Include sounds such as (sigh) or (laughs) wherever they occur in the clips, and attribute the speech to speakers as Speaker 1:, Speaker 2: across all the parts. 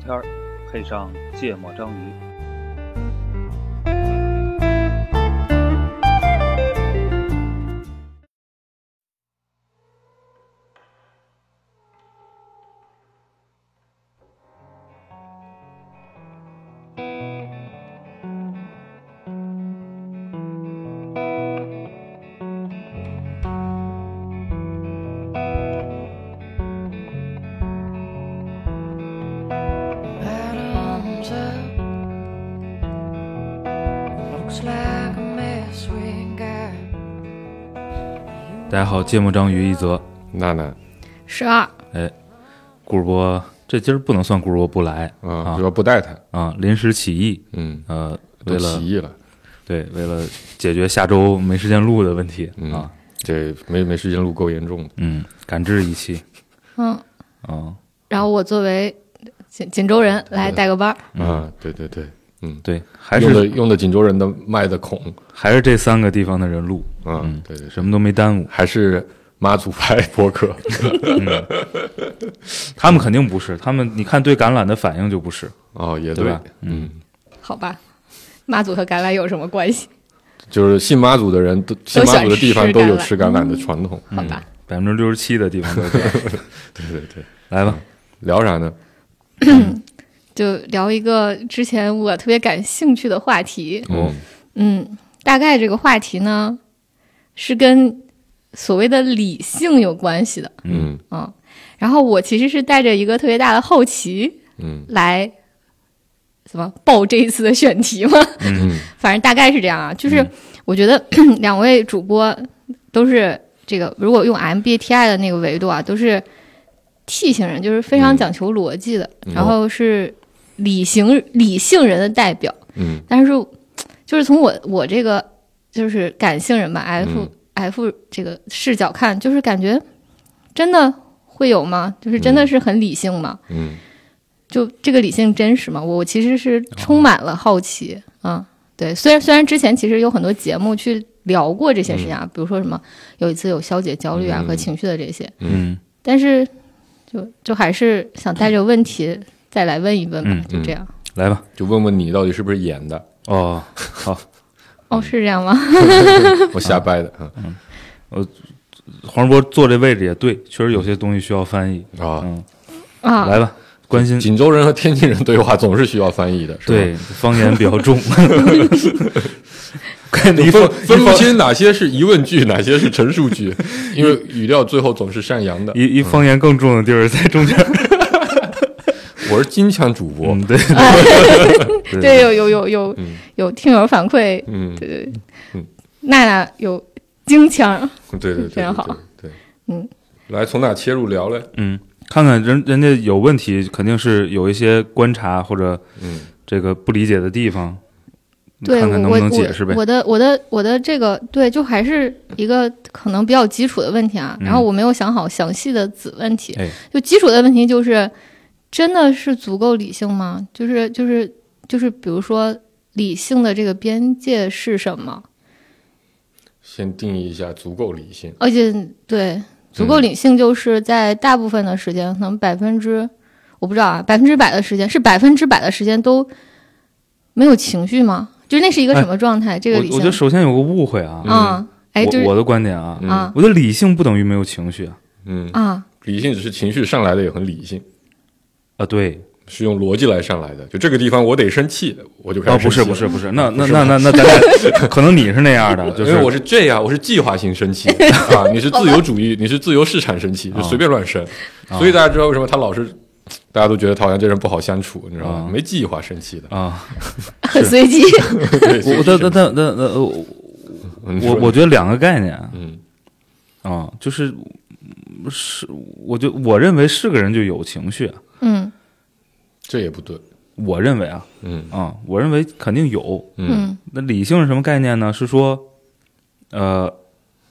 Speaker 1: 天儿，配上芥末章鱼。
Speaker 2: That arms up looks like a mess we got.
Speaker 3: 大家好，芥末章鱼一泽，
Speaker 4: 娜娜，
Speaker 5: 十二，
Speaker 3: 顾主播这今儿不能算顾主播不来
Speaker 4: 嗯，
Speaker 3: 啊
Speaker 4: 主要不带他，
Speaker 3: 啊，临时起意，
Speaker 4: 嗯，
Speaker 3: 呃，为
Speaker 4: 都
Speaker 3: 了
Speaker 4: 起义了，
Speaker 3: 对为了解决下周没时间录的问题、
Speaker 4: 嗯
Speaker 3: 啊，
Speaker 4: 这没没时间录够严重的，
Speaker 3: 嗯，赶制一期
Speaker 5: 嗯，
Speaker 3: 啊，
Speaker 5: 然后我作为锦锦州人来带个班儿，
Speaker 4: 啊，对对对，嗯，
Speaker 3: 对，还
Speaker 4: 用的
Speaker 3: 是
Speaker 4: 用的锦州人的麦的孔，
Speaker 3: 还是这三个地方的人录，
Speaker 4: 嗯，对对，对
Speaker 3: 什么都没耽误，
Speaker 4: 还是妈祖派
Speaker 3: (laughs)
Speaker 4: 博客，
Speaker 3: 他们肯定不是，他们你看对橄榄的反应就不是，
Speaker 4: 哦，也
Speaker 3: 对
Speaker 4: 对
Speaker 3: 吧，
Speaker 4: 嗯，
Speaker 5: 好吧？妈祖和橄榄有什么关系？
Speaker 4: 就是信妈祖的人都信妈祖的地方
Speaker 5: 喜欢吃
Speaker 4: 都有
Speaker 5: 橄榄
Speaker 4: 吃橄榄的传统，
Speaker 3: 嗯
Speaker 5: 好吧，
Speaker 3: 百分之六十七的地方都是这
Speaker 4: (laughs)
Speaker 3: 样。
Speaker 4: 对对对，
Speaker 3: 来吧，
Speaker 4: 聊啥呢？
Speaker 5: 就聊一个之前我特别感兴趣的话题。
Speaker 4: 哦，
Speaker 5: 嗯，大概这个话题呢是跟所谓的理性有关系的。
Speaker 4: 嗯
Speaker 5: 嗯，然后我其实是带着一个特别大的好奇
Speaker 4: 嗯
Speaker 5: 来。怎么报这一次的选题吗？
Speaker 4: 嗯
Speaker 5: 反正大概是这样啊，就是我觉得、 (clears throat) 两位主播都是这个，如果用 MBTI 的那个维度啊，都是 T 型人，就是非常
Speaker 4: 嗯
Speaker 5: 讲求逻辑的，
Speaker 4: 嗯
Speaker 5: 然后是理性理性人的代表。
Speaker 4: 嗯
Speaker 5: 但是就是从我我这个就是感性人吧，F、
Speaker 4: 嗯
Speaker 5: F 这个视角看，就是感觉真的会有吗？就是真的是很理性吗？
Speaker 4: 嗯
Speaker 5: 就这个理性真实吗？我我其实是充满了好奇，嗯，对，虽然虽然之前其实有很多节目去聊过这些事情啊，比如说什么有一次有消解焦虑啊
Speaker 4: 嗯
Speaker 5: 和情绪的这些，
Speaker 3: 嗯
Speaker 5: 但是就就还是想带着问题再来问一问吧
Speaker 3: 嗯，
Speaker 5: 就这样。
Speaker 3: 来吧，
Speaker 4: 就问问你到底是不是演
Speaker 3: (laughs)
Speaker 4: 的，
Speaker 3: 哦，好，
Speaker 5: 哦，是这样吗？
Speaker 4: 我瞎掰的啊
Speaker 3: 黄世波坐这位置也对，确实有些东西需要翻译。
Speaker 4: 啊，
Speaker 3: 嗯，
Speaker 5: 啊，
Speaker 3: 来吧，关心
Speaker 4: 锦州人和天津人对话总是需要翻译的，是吧？
Speaker 3: 嗯对方言比较重，
Speaker 4: (laughs) 你
Speaker 3: (laughs) 你
Speaker 4: 分
Speaker 3: 放
Speaker 4: 分不清哪些是疑问句，哪些是陈述
Speaker 3: (laughs)
Speaker 4: 句，因为语调最后总是上扬的。
Speaker 3: 一一方言更重的地儿在中间。
Speaker 4: 我是金腔主播， (laughs)
Speaker 3: 嗯，对，
Speaker 5: 对，有有有有
Speaker 4: 嗯
Speaker 5: 有听友反馈，
Speaker 4: 嗯，
Speaker 5: 对对
Speaker 4: 嗯，
Speaker 5: 娜娜有京腔，
Speaker 4: 对嗯对对，
Speaker 5: 非常好
Speaker 4: 对，对，
Speaker 5: 嗯，
Speaker 4: 来从哪切入聊嘞？
Speaker 3: 嗯，看看人人家有问题，肯定是有一些观察或者
Speaker 4: 嗯
Speaker 3: 这个不理解的地方，
Speaker 5: 对，
Speaker 3: 看看能
Speaker 5: 我
Speaker 3: 不能
Speaker 5: 我
Speaker 3: 解释呗
Speaker 5: 我。的我的我的这个对，就还是一个可能比较基础的问题啊。
Speaker 3: 嗯
Speaker 5: 然后我没有想好详细的子问题，
Speaker 3: 哎
Speaker 5: 就基础的问题就是，真的是足够理性吗？就是就是就是，比如说理性的这个边界是什么？
Speaker 4: 先定义一下足够理性。
Speaker 5: 而且对，足
Speaker 3: 嗯
Speaker 5: 够理性就是在大部分的时间，可能百分之我不知道啊，百分之百的时间是百分之百的时间都没有情绪吗？就是那是一个
Speaker 3: 哎
Speaker 5: 什么状态？这
Speaker 3: 我
Speaker 5: 个理性，
Speaker 3: 我觉得首先有个误会啊，
Speaker 5: 嗯，哎，就是
Speaker 3: 我我的观点啊，
Speaker 4: 嗯
Speaker 5: 啊
Speaker 3: 我觉得理性不等于没有情绪啊，
Speaker 4: 嗯，
Speaker 5: 啊，
Speaker 4: 理性只是情绪上来的也很理性，
Speaker 3: 啊对，
Speaker 4: 是用逻辑来上来的。就这个地方我得生气，我就开
Speaker 3: 哦
Speaker 4: 始
Speaker 3: 不
Speaker 4: 生气
Speaker 3: 是
Speaker 4: 了
Speaker 3: 不是不是，那那那那那咱俩可能你是那样
Speaker 4: (laughs)
Speaker 3: 的，就
Speaker 4: 因
Speaker 3: 是
Speaker 4: 为我是这样，我是计划性生气
Speaker 3: (laughs)
Speaker 4: 啊，你是自由主义，你是自由市场生
Speaker 3: 哦
Speaker 4: 气，就随便乱生。所以大家知道为什么他老是，大家都觉得陶阳这人不好相处，你知道吗？
Speaker 3: 啊。
Speaker 4: 没计划生气的
Speaker 3: 啊。
Speaker 5: 很 (laughs)
Speaker 4: (laughs)
Speaker 5: 随机。
Speaker 4: 对所以
Speaker 3: 我但
Speaker 4: 是
Speaker 3: 但但但呃，我
Speaker 4: 你
Speaker 3: 我
Speaker 4: 说
Speaker 3: 我觉得两个概念啊、
Speaker 4: 嗯
Speaker 3: 就是是，我就我认为是个人就有情绪啊，
Speaker 5: 嗯
Speaker 4: 这也不对，
Speaker 3: 我认为啊
Speaker 4: 嗯
Speaker 3: 啊、我认为肯定有。
Speaker 4: 嗯
Speaker 5: 嗯
Speaker 3: 那理性是什么概念呢？是说，呃，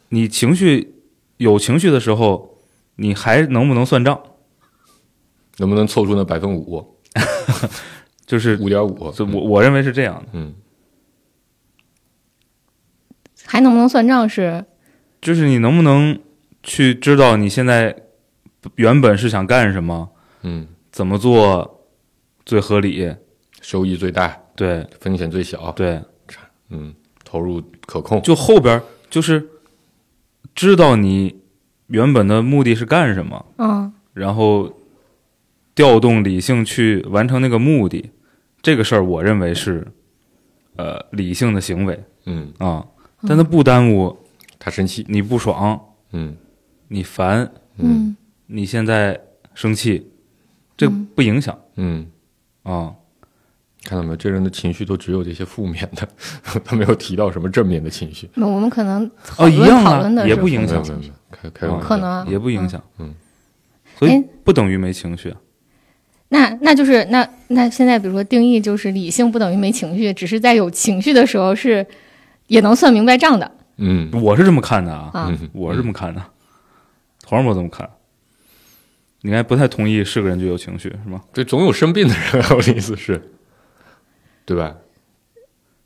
Speaker 3: 你情绪有情绪的时候，你还能不能算账？
Speaker 4: 能不能凑出那百分五
Speaker 3: 就是
Speaker 4: 五点五？
Speaker 3: 就我我认为是这样的，
Speaker 4: 嗯
Speaker 5: 还能不能算账是
Speaker 3: 就是你能不能去知道你现在原本是想干什么，
Speaker 4: 嗯
Speaker 3: 怎么做，最合理，
Speaker 4: 收益最大，
Speaker 3: 对
Speaker 4: 风险最小，
Speaker 3: 对，
Speaker 4: 嗯，投入可控，
Speaker 3: 就后边就是知道你原本的目的是干什么，
Speaker 5: 嗯，
Speaker 3: 然后调动理性去完成那个目的，这个事儿我认为是呃理性的行为
Speaker 4: 嗯，
Speaker 3: 啊，但它不耽误
Speaker 4: 他生气，
Speaker 3: 你不爽、
Speaker 4: 嗯
Speaker 3: 你烦、
Speaker 5: 嗯
Speaker 3: 你现在生气，这个不影响
Speaker 4: 嗯，
Speaker 3: 啊。
Speaker 4: 看到没有，这人的情绪都只有这些负面的， (laughs) 他没有提到什么正面的情绪，
Speaker 5: 那我们可能讨
Speaker 3: 哦，
Speaker 5: 论、
Speaker 3: 一样
Speaker 5: 讨论
Speaker 3: 啊，
Speaker 5: 的
Speaker 3: 也
Speaker 5: 是
Speaker 3: 不影
Speaker 4: 没有
Speaker 3: 响
Speaker 4: 没，有没有，开开玩
Speaker 3: 啊
Speaker 4: 笑，
Speaker 5: 可能啊
Speaker 3: 也不影响，
Speaker 4: 嗯，
Speaker 3: 所以
Speaker 5: 哎
Speaker 3: 不等于没情绪啊，
Speaker 5: 那那就是那那现在比如说定义就是理性不等于没情绪，只是在有情绪的时候是也能算明白账的
Speaker 4: 嗯
Speaker 3: 我是这么看的啊，
Speaker 5: 啊。
Speaker 4: 嗯，
Speaker 3: 我是这么看的，黄世博怎么看？你应该不太同意是个人就有情绪是吗？
Speaker 4: 对，总有生病的人，我的意思是，对吧？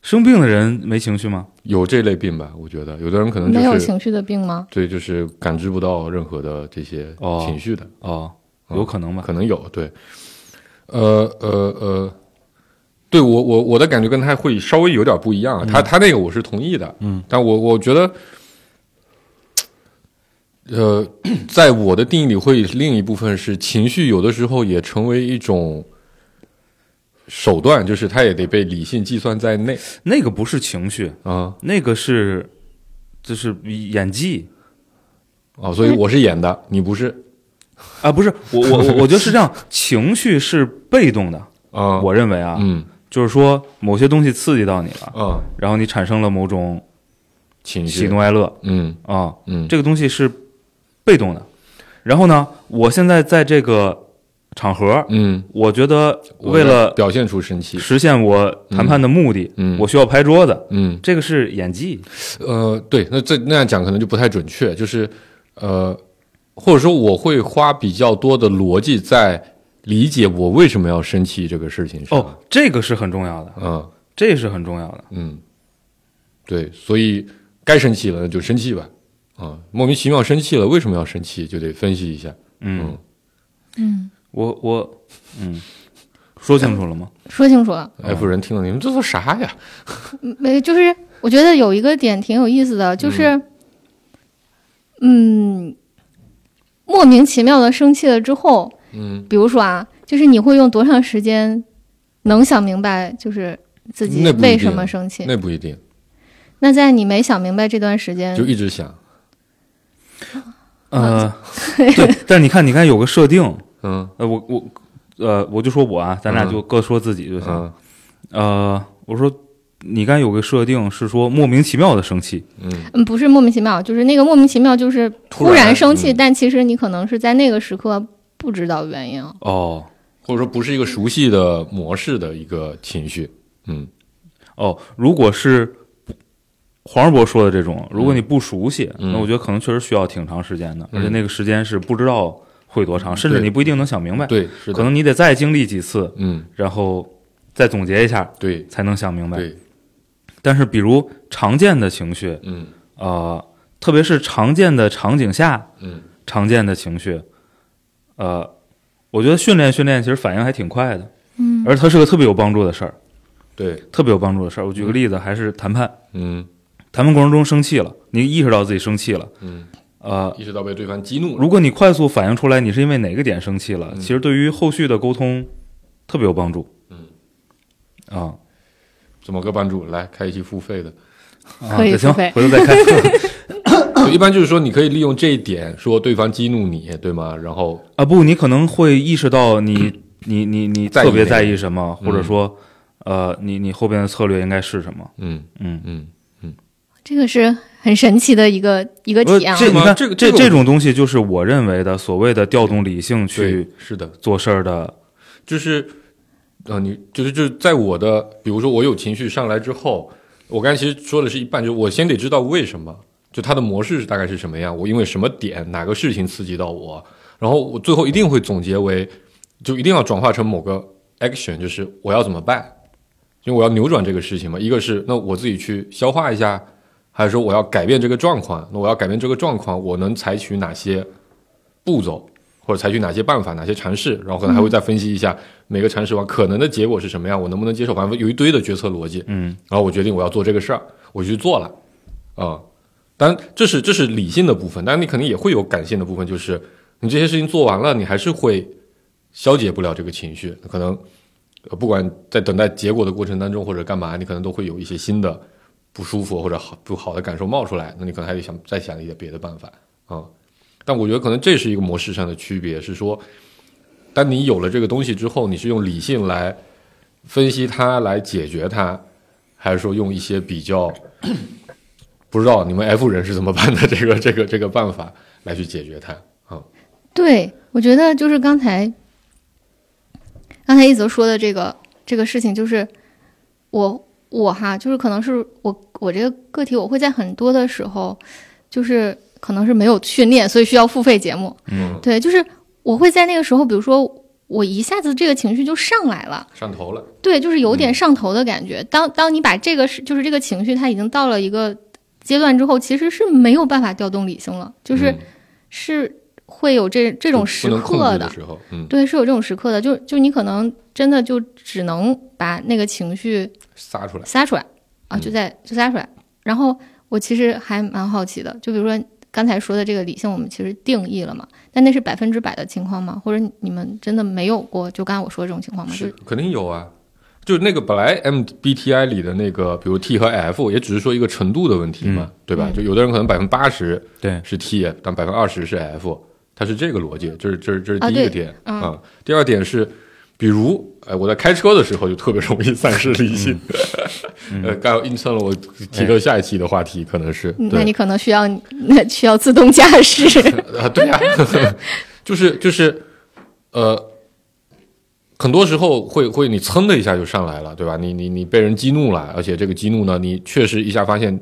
Speaker 3: 生病的人没情绪吗？
Speaker 4: 有这类病吧，我觉得有的人可能
Speaker 5: 没有
Speaker 4: 就是
Speaker 5: 情绪的病吗？
Speaker 4: 对，就是感知不到任何的这些
Speaker 3: 哦
Speaker 4: 情绪的，
Speaker 3: 哦，
Speaker 4: 嗯
Speaker 3: 有可能吧。
Speaker 4: 可能有对，呃呃呃，对我我我的感觉跟他会稍微有点不一样啊，他
Speaker 3: 嗯
Speaker 4: 他那个我是同意的，嗯，但我我觉得，呃，在我的定义里会另一部分是情绪，有的时候也成为一种手段，就是它也得被理性计算在内
Speaker 3: 那个不是情绪，
Speaker 4: 啊、
Speaker 3: 那个是就是演技
Speaker 4: 哦，所以我是演的，你不是
Speaker 3: 啊，不是我我我我觉得是这样，情绪是被动的，
Speaker 4: 啊，
Speaker 3: 我认为啊，
Speaker 4: 嗯
Speaker 3: 就是说某些东西刺激到你了，
Speaker 4: 啊，
Speaker 3: 然后你产生了某种
Speaker 4: 情
Speaker 3: 喜
Speaker 4: 绪
Speaker 3: 怒，哀乐
Speaker 4: 嗯
Speaker 3: 啊，
Speaker 4: 嗯，
Speaker 3: 这个东西是被动的。然后呢，我现在在这个场合，
Speaker 4: 嗯，
Speaker 3: 我觉得
Speaker 4: 我
Speaker 3: 为
Speaker 4: 要
Speaker 3: 了
Speaker 4: 表现出生气，
Speaker 3: 实现我谈判的目的，
Speaker 4: 嗯，
Speaker 3: 我需要拍桌子，
Speaker 4: 嗯，
Speaker 3: 这个是演技。
Speaker 4: 呃，对，那这那样讲可能就不太准确，就是呃，或者说我会花比较多的逻辑在理解我为什么要生气这个事情上。，
Speaker 3: 哦，这个是很重要的，
Speaker 4: 嗯
Speaker 3: 这是很重要的。
Speaker 4: 嗯，对，所以该生气了那就生气吧，啊、莫名其妙生气了，为什么要生气就得分析一下。
Speaker 3: 嗯，
Speaker 5: 嗯，
Speaker 3: 我我嗯，说清楚了吗？
Speaker 5: 说清楚了，
Speaker 3: 哦
Speaker 4: F 人听了你们这都啥呀？
Speaker 5: 没就是我觉得有一个点挺有意思的，就是嗯莫名其妙的生气了之后，
Speaker 4: 嗯，
Speaker 5: 比如说啊，就是你会用多长时间能想明白，就是自己
Speaker 4: 那不一定
Speaker 5: 为什么生气？
Speaker 4: 那不一定，
Speaker 5: 那在你没想明白这段时间
Speaker 4: 就，一直想，
Speaker 3: 呃，对， (laughs) 但你看，你看有个设定，
Speaker 4: 嗯
Speaker 3: 呃，我我呃，我就说我啊，咱俩
Speaker 4: 嗯
Speaker 3: 就各说自己就行。
Speaker 4: 嗯
Speaker 3: 呃，我说你刚才有个设定是说莫名其妙的生气，
Speaker 4: 嗯
Speaker 5: 嗯，不是莫名其妙，就是那个莫名其妙，就是
Speaker 4: 突
Speaker 5: 突
Speaker 4: 然
Speaker 5: 然生气，
Speaker 4: 嗯
Speaker 5: 但其实你可能是在那个时刻不知道原因。啊
Speaker 3: 哦。
Speaker 4: 或者说不是一个熟悉的模式的一个情绪，嗯
Speaker 3: 哦，如果是不黄世博说的这种，如果你不熟悉，
Speaker 4: 嗯
Speaker 3: 那我觉得可能确实需要挺长时间的，而且
Speaker 4: 嗯
Speaker 3: 那个时间是不知道会多长，甚至
Speaker 4: 对
Speaker 3: 你不一定能想明白，
Speaker 4: 对，是的，
Speaker 3: 可能你得再经历几次，
Speaker 4: 嗯，
Speaker 3: 然后再总结一下
Speaker 4: 对
Speaker 3: 才能想明白。
Speaker 4: 对，
Speaker 3: 但是比如常见的情绪，
Speaker 4: 嗯
Speaker 3: 呃，特别是常见的场景下
Speaker 4: 嗯。
Speaker 3: 常见的情绪，呃，我觉得训练训练其实反应还挺快的，
Speaker 5: 嗯
Speaker 3: 而它是个特别有帮助的事儿，
Speaker 4: 对，
Speaker 3: 特别有帮助的事儿。我举个例子，还是谈判。
Speaker 4: 嗯
Speaker 3: 谈判过程中生气了，你意识到自己生气了，
Speaker 4: 嗯，
Speaker 3: 呃，
Speaker 4: 意识到被对方激怒了。
Speaker 3: 如果你快速反应出来你是因为哪个点生气了，其实对于后续的沟通特别有帮助。
Speaker 4: 嗯，
Speaker 3: 啊，
Speaker 4: 怎么个帮助？来开一期付费的，
Speaker 3: 啊
Speaker 5: 可以
Speaker 3: 行，
Speaker 5: 付费
Speaker 3: 回头再看 (laughs)
Speaker 4: 就一般就是说，你可以利用这一点说对方激怒你，对吗？然后
Speaker 3: 啊，不，你可能会意识到你你你你
Speaker 4: 在意
Speaker 3: 特别
Speaker 4: 哪个
Speaker 3: 在意什么，
Speaker 4: 嗯
Speaker 3: 或者说，呃，你你后边的策略应该是什么？
Speaker 4: 嗯
Speaker 3: 嗯，
Speaker 4: 嗯，
Speaker 5: 这个是很神奇的一个一个
Speaker 3: 不是
Speaker 5: 体验啊。
Speaker 3: 呃这
Speaker 4: 吗
Speaker 3: 你看
Speaker 4: 这个这
Speaker 3: 这
Speaker 4: 个我
Speaker 3: 种东西就是我认为的所谓的调动理性
Speaker 4: 对
Speaker 3: 去，
Speaker 4: 是的，
Speaker 3: 做事儿的，
Speaker 4: 就是呃，你就是就是在我的，比如说我有情绪上来之后，我刚才其实说的是一半，就是我先得知道为什么，就它的模式是大概是什么样，我因为什么点哪个事情刺激到我，然后我最后一定会总结为，就一定要转化成某个 action，就是我要怎么办，因为我要扭转这个事情嘛。一个是那我自己去消化一下，还是说我要改变这个状况？那我要改变这个状况，我能采取哪些步骤，或者采取哪些办法、哪些尝试？然后可能还会再分析一下，每个铲屎官可能的结果是什么样，我能不能接受，反正有一堆的决策逻辑。
Speaker 3: 嗯
Speaker 4: 然后我决定我要做这个事儿，我就去做了，啊、当然这是这是理性的部分，但你肯定也会有感性的部分，就是你这些事情做完了，你还是会消解不了这个情绪，可能呃不管在等待结果的过程当中或者干嘛，你可能都会有一些新的不舒服或者好不好的感受冒出来，那你可能还得想再想一些别的办法啊、但我觉得可能这是一个模式上的区别，是说，当你有了这个东西之后，你是用理性来分析它，来解决它，还是说用一些比较 (coughs) 不知道你们 F 人是怎么办的这个这个这个办法来去解决它啊？
Speaker 5: 对，我觉得就是刚才刚才一泽说的这个这个事情，就是我我哈，就是可能是我我这个个体，我会在很多的时候，就是可能是没有训练，所以需要付费节目。
Speaker 4: 嗯，
Speaker 5: 对，就是我会在那个时候，比如说我一下子这个情绪就上来了。
Speaker 4: 上头了，
Speaker 5: 对，就是有点上头的感觉。当当你把这个是就是这个情绪，它已经到了一个阶段之后，其实是没有办法调动理性了，就是、
Speaker 4: 嗯
Speaker 5: 是会有这这种时
Speaker 4: 不能控
Speaker 5: 刻
Speaker 4: 制
Speaker 5: 的
Speaker 4: 的，时候，嗯，
Speaker 5: 对，是有这种时刻的。就就你可能真的就只能把那个情绪
Speaker 4: 撒出来，
Speaker 5: 撒出来啊，
Speaker 4: 嗯
Speaker 5: 就在就撒出来。然后我其实还蛮好奇的，就比如说刚才说的这个理性，我们其实定义了嘛，但那是百分之百的情况吗？或者你们真的没有过？就刚才我说的这种情况吗？就是
Speaker 4: 肯定有啊。就那个本来 MBTI 里的那个，比如 T 和 F，也只是说一个程度的问题嘛，对吧？
Speaker 5: 嗯
Speaker 4: 就有的人可能百分之八十
Speaker 3: 对，
Speaker 4: 是 T，但百分之二十是 F，它是这个逻辑，这是这是这是
Speaker 5: 啊
Speaker 4: 第一
Speaker 5: 对
Speaker 4: 个点
Speaker 5: 嗯
Speaker 4: 第二点是，比如哎，我在开车的时候就特别容易散失理性， (laughs) 呃，刚好映衬了我提到下一期的话题，可能是
Speaker 5: 嗯那
Speaker 4: 对
Speaker 5: 你可能需要那需要自动驾
Speaker 4: (laughs)
Speaker 5: 驶，
Speaker 4: 啊，对呀、就是就是呃。很多时候会会你噌的一下就上来了，对吧？你你你被人激怒了，而且这个激怒呢，你确实一下发现，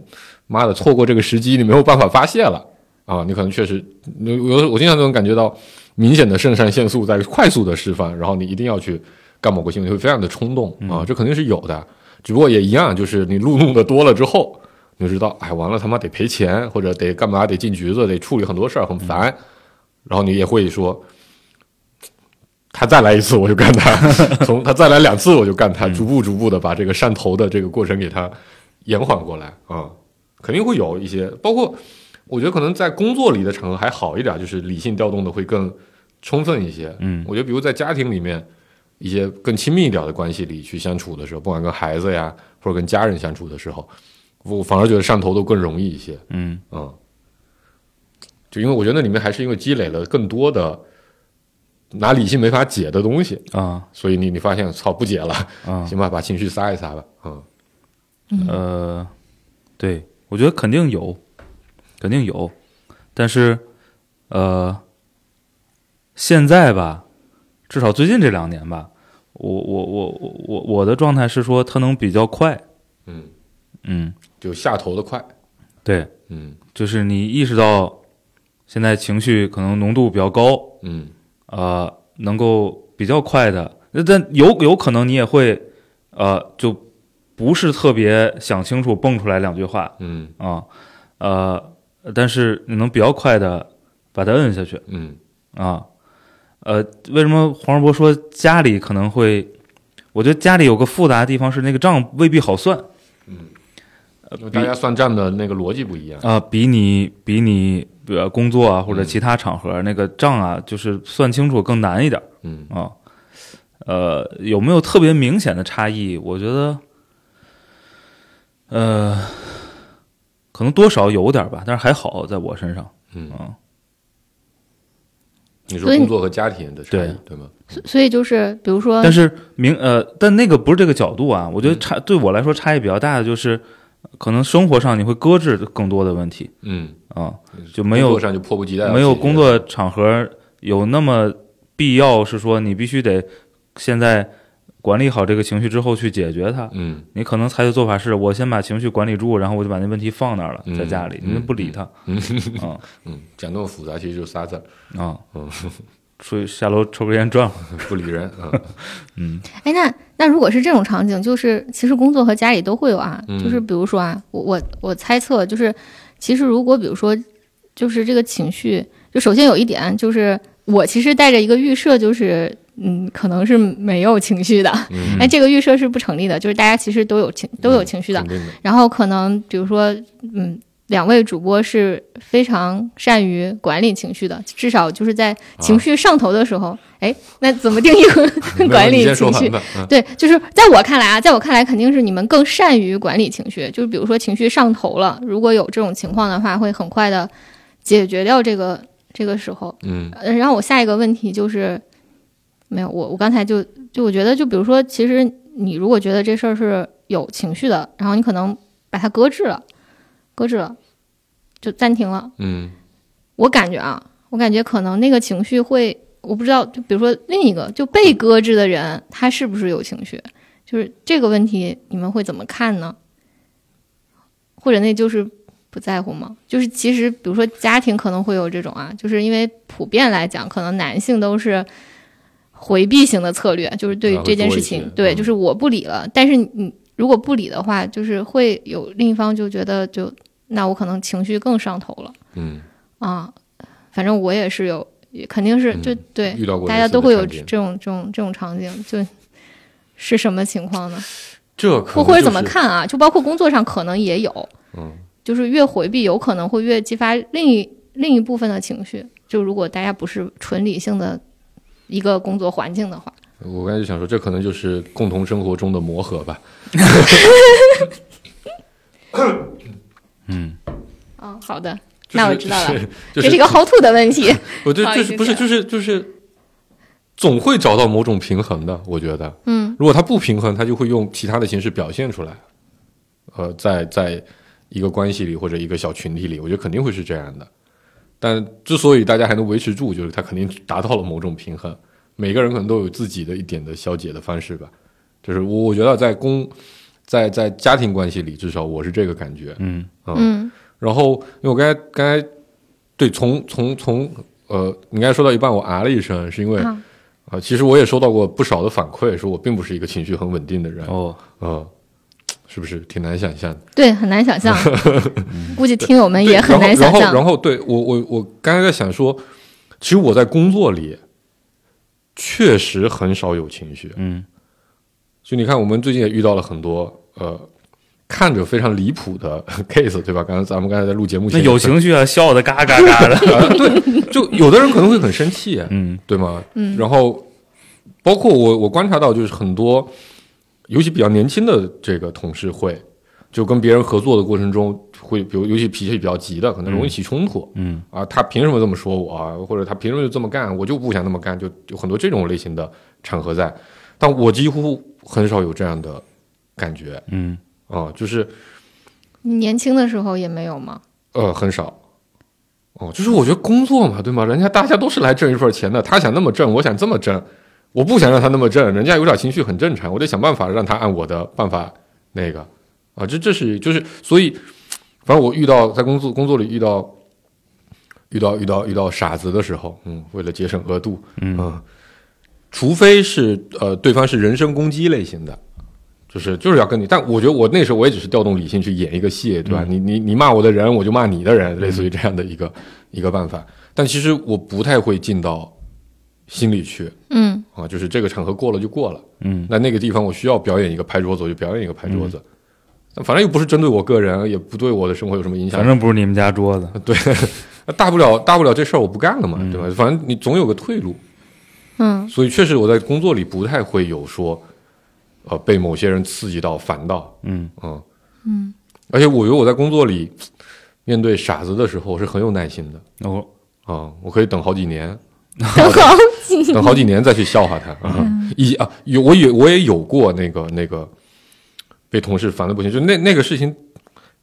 Speaker 4: 妈的，错过这个时机，你没有办法发泄了啊！你可能确实，你我我经常都能感觉到明显的肾上腺素在快速的释放，然后你一定要去干某个行为，会非常的冲动啊，这肯定是有的。只不过也一样，就是你路怒的多了之后，你就知道，哎，完了他妈得赔钱，或者得干嘛，得进局子，得处理很多事儿，很烦。然后你也会说，他再来一次我就干他，从他再来两次我就干他，逐步逐步的把这个上头的这个过程给他延缓过来啊、肯定会有一些，包括我觉得可能在工作里的场合还好一点，就是理性调动的会更充分一些。
Speaker 3: 嗯
Speaker 4: 我觉得比如在家庭里面一些更亲密一点的关系里去相处的时候，不管跟孩子呀或者跟家人相处的时候，我反而觉得上头都更容易一些。
Speaker 3: 嗯
Speaker 4: 嗯，就因为我觉得那里面还是因为积累了更多的拿理性没法解的东西，
Speaker 3: 啊
Speaker 4: 所以你你发现操不解了，
Speaker 3: 啊
Speaker 4: 行吧，把情绪撒一撒吧，嗯，
Speaker 3: 呃，对，我觉得肯定有，肯定有，但是呃，现在吧，至少最近这两年吧，我我我我我我的状态是说，它能比较快，
Speaker 4: 嗯，
Speaker 3: 嗯，
Speaker 4: 就下头的快，
Speaker 3: 对，
Speaker 4: 嗯
Speaker 3: 就是你意识到现在情绪可能浓度比较高，
Speaker 4: 嗯
Speaker 3: 呃，能够比较快的，那但有有可能你也会，呃，就不是特别想清楚蹦出来两句话
Speaker 4: 嗯
Speaker 3: 啊，呃，但是你能比较快的把它摁下去
Speaker 4: 嗯
Speaker 3: 啊，呃，为什么黄世博说家里可能会？我觉得家里有个复杂的地方是那个账未必好算
Speaker 4: 嗯，因为大家算账的那个逻辑不一样，
Speaker 3: 呃啊、比你比你呃工作啊或者其他场合、那个账啊，就是算清楚更难一点。
Speaker 4: 嗯
Speaker 3: 啊，呃，有没有特别明显的差异？我觉得，呃，可能多少有点吧，但是还好在我身上
Speaker 4: 嗯，
Speaker 3: 啊，
Speaker 4: 你说
Speaker 5: 所以
Speaker 4: 工作和家庭的差异对吗？
Speaker 5: 所以就是比如说
Speaker 3: 但，是明呃，但那个不是这个角度啊，我觉得差、对我来说差异比较大的就是，呃可能生活上你会搁置更多的问题
Speaker 4: 嗯，
Speaker 3: 啊，就没有
Speaker 4: 工作上就迫不及待要
Speaker 3: 没有
Speaker 4: 解决
Speaker 3: 工作场合有那么必要是说你必须得现在管理好这个情绪之后去解决它，
Speaker 4: 嗯
Speaker 3: 你可能采取的做法是我先把情绪管理住，然后我就把那问题放那儿了，
Speaker 4: 嗯
Speaker 3: 在家里，
Speaker 4: 嗯
Speaker 3: 你们不理他，啊
Speaker 4: 嗯，讲那么复杂其实就仨字儿，
Speaker 3: 啊
Speaker 4: 嗯，
Speaker 3: 出去下楼抽根烟转会儿，
Speaker 4: 不理人啊，
Speaker 3: 嗯
Speaker 5: 哎，那那如果是这种场景，就是其实工作和家里都会有啊，
Speaker 4: 嗯
Speaker 5: 就是比如说啊，我我我猜测就是，其实如果比如说，就是这个情绪，就首先有一点就是。我其实带着一个预设，就是嗯，可能是没有情绪的。
Speaker 4: 嗯，
Speaker 5: (laughs) 哎，这个预设是不成立的，就是大家其实都有情都有情绪的
Speaker 4: 肯。定的，
Speaker 5: 然后可能比如说，嗯，两位主播是非常善于管理情绪的，至少就是在情绪上头的时候，哎，那怎么定义
Speaker 4: 啊
Speaker 5: (laughs)
Speaker 4: 没有
Speaker 5: 管
Speaker 4: 你
Speaker 5: 理
Speaker 4: 先说
Speaker 5: 情绪
Speaker 4: 完？吧，嗯
Speaker 5: 对，就是在我看来啊，在我看来肯定是你们更善于管理情绪。就是比如说情绪上头了，如果有这种情况的话，会很快的解决掉这个这个时候。
Speaker 4: 嗯
Speaker 5: 呃然后我下一个问题就是，没有我我刚才就就我觉得就比如说，其实你如果觉得这事儿是有情绪的，然后你可能把它搁置了，搁置了，就暂停了。
Speaker 4: 嗯
Speaker 5: 我感觉啊，我感觉可能那个情绪会，我不知道，就比如说另一个就被搁置的人，他是不是有情绪？就是这个问题，你们会怎么看呢？或者那就是不在乎吗？就是其实，比如说家庭可能会有这种啊，就是因为普遍来讲，可能男性都是回避型的策略，就是对于
Speaker 4: 啊会
Speaker 5: 这件
Speaker 4: 多
Speaker 5: 事
Speaker 4: 一些
Speaker 5: 情，对，
Speaker 4: 嗯
Speaker 5: 就是我不理了。但是你如果不理的话，就是会有另一方就觉得就那我可能情绪更上头了。
Speaker 4: 嗯，
Speaker 5: 啊，反正我也是有，也肯定是就
Speaker 4: 嗯
Speaker 5: 对，
Speaker 4: 遇到过
Speaker 5: 大
Speaker 4: 类
Speaker 5: 家
Speaker 4: 似
Speaker 5: 都
Speaker 4: 的
Speaker 5: 会
Speaker 4: 场
Speaker 5: 有
Speaker 4: 景
Speaker 5: 这种这种这种场景，就是什么情况呢？
Speaker 4: 这可
Speaker 5: 或
Speaker 4: 能
Speaker 5: 或者怎
Speaker 4: 就
Speaker 5: 么
Speaker 4: 是？
Speaker 5: 看啊？就包括工作上可能也有，
Speaker 4: 嗯，
Speaker 5: 就是越回避有可能会越激发另一另一部分的情绪。就如果大家不是纯理性的一个工作环境的话，
Speaker 4: 我刚才就想说，这可能就是共同生活中的磨合吧。
Speaker 3: 嗯，
Speaker 5: 嗯，好的，
Speaker 4: 就是
Speaker 5: 那我知道了，
Speaker 4: 就
Speaker 5: 这是一
Speaker 4: 是
Speaker 5: 个 how to 的
Speaker 4: (laughs)
Speaker 5: 问题。
Speaker 4: 我对
Speaker 5: 不好
Speaker 4: 就
Speaker 5: 意
Speaker 4: 是
Speaker 5: 思
Speaker 4: 不是就是就是，总会找到某种平衡的。我觉得，
Speaker 5: 嗯，
Speaker 4: 如果它不平衡，它就会用其他的形式表现出来。呃，在在一个关系里或者一个小群体里，我觉得肯定会是这样的。但之所以大家还能维持住，就是它肯定达到了某种平衡。每个人可能都有自己的一点的消解的方式吧。就是我我觉得在公在在家庭关系里，至少我是这个感觉。
Speaker 3: 嗯
Speaker 5: 嗯
Speaker 4: 然后因为我刚才刚才对从从从呃，你刚才说到一半，我啊了一声，是因为啊、
Speaker 5: 啊，
Speaker 4: 呃其实我也收到过不少的反馈，说我并不是一个情绪很稳定的人，
Speaker 3: 哦，
Speaker 4: 呃，是不是挺难想象的？
Speaker 5: 对，很难想
Speaker 4: (laughs)
Speaker 5: 象，估计听友们
Speaker 4: 对
Speaker 5: 也很难想
Speaker 4: 然后然后
Speaker 5: 象。
Speaker 4: 然后对我我我刚才在想说，其实我在工作里确实很少有情绪，
Speaker 3: 嗯
Speaker 4: 就你看，我们最近也遇到了很多呃。看着非常离谱的 (laughs) case，对吧？刚才咱们刚才在录节目
Speaker 3: 那
Speaker 4: 前也分，
Speaker 3: 有情绪啊，笑的嘎嘎嘎的， (laughs)
Speaker 4: 啊对，就有的人可能会很生气，啊
Speaker 3: 嗯
Speaker 4: 对吗？
Speaker 5: 嗯
Speaker 4: 然后包括我，我观察到就是很多，尤其比较年轻的这个同事会，就跟别人合作的过程中会，比如尤其脾气比较急的，可能容易起冲突、
Speaker 3: 嗯
Speaker 4: 啊。他凭什么这么说我啊？或者他凭什么就这么干？我就不想那么干，就有很多这种类型的场合在。但我几乎很少有这样的感觉
Speaker 3: 嗯
Speaker 4: 啊，就是
Speaker 5: 你年轻的时候也没有吗？
Speaker 4: 呃，很少。哦，就是我觉得工作嘛，对吗？人家大家都是来挣一份钱的，他想那么挣，我想这么挣，我不想让他那么挣，人家有点情绪很正常，我得想办法让他按我的办法那个啊，这这是就是所以，反正我遇到在工作工作里遇到遇到遇到遇到傻子的时候，嗯，为了节省额度，
Speaker 3: 嗯
Speaker 4: 嗯，除非是呃对方是人身攻击类型的，就是就是要跟你，但我觉得我那时候我也只是调动理性去演一个戏，对吧？
Speaker 3: 嗯
Speaker 4: 你你你骂我的人，我就骂你的人，类似于这样的一个、一个办法。但其实我不太会进到心里去
Speaker 5: 嗯
Speaker 4: 啊，就是这个场合过了就过了。
Speaker 3: 嗯
Speaker 4: 那那个地方我需要表演一个拍桌子，我就表演一个拍桌子。但反正又不是针对我个人，也不对我的生活有什么影响
Speaker 3: 反。正不是你们家桌子，
Speaker 4: 对，大不了大不了这事儿我不干了嘛，
Speaker 3: 嗯
Speaker 4: 对吧？反正你总有个退路。
Speaker 5: 嗯
Speaker 4: 所以确实我在工作里不太会有说，呃，被某些人刺激到烦到，
Speaker 3: 嗯
Speaker 4: 嗯
Speaker 5: 嗯，
Speaker 4: 而且我觉得我在工作里面对傻子的时候是很有耐心的
Speaker 3: 哦，
Speaker 4: 啊、我可以等好几年，
Speaker 5: 很好奇。
Speaker 4: 等好几年再去笑话他啊。以啊，有我也我也有过那个那个被同事烦的不行，就那那个事情，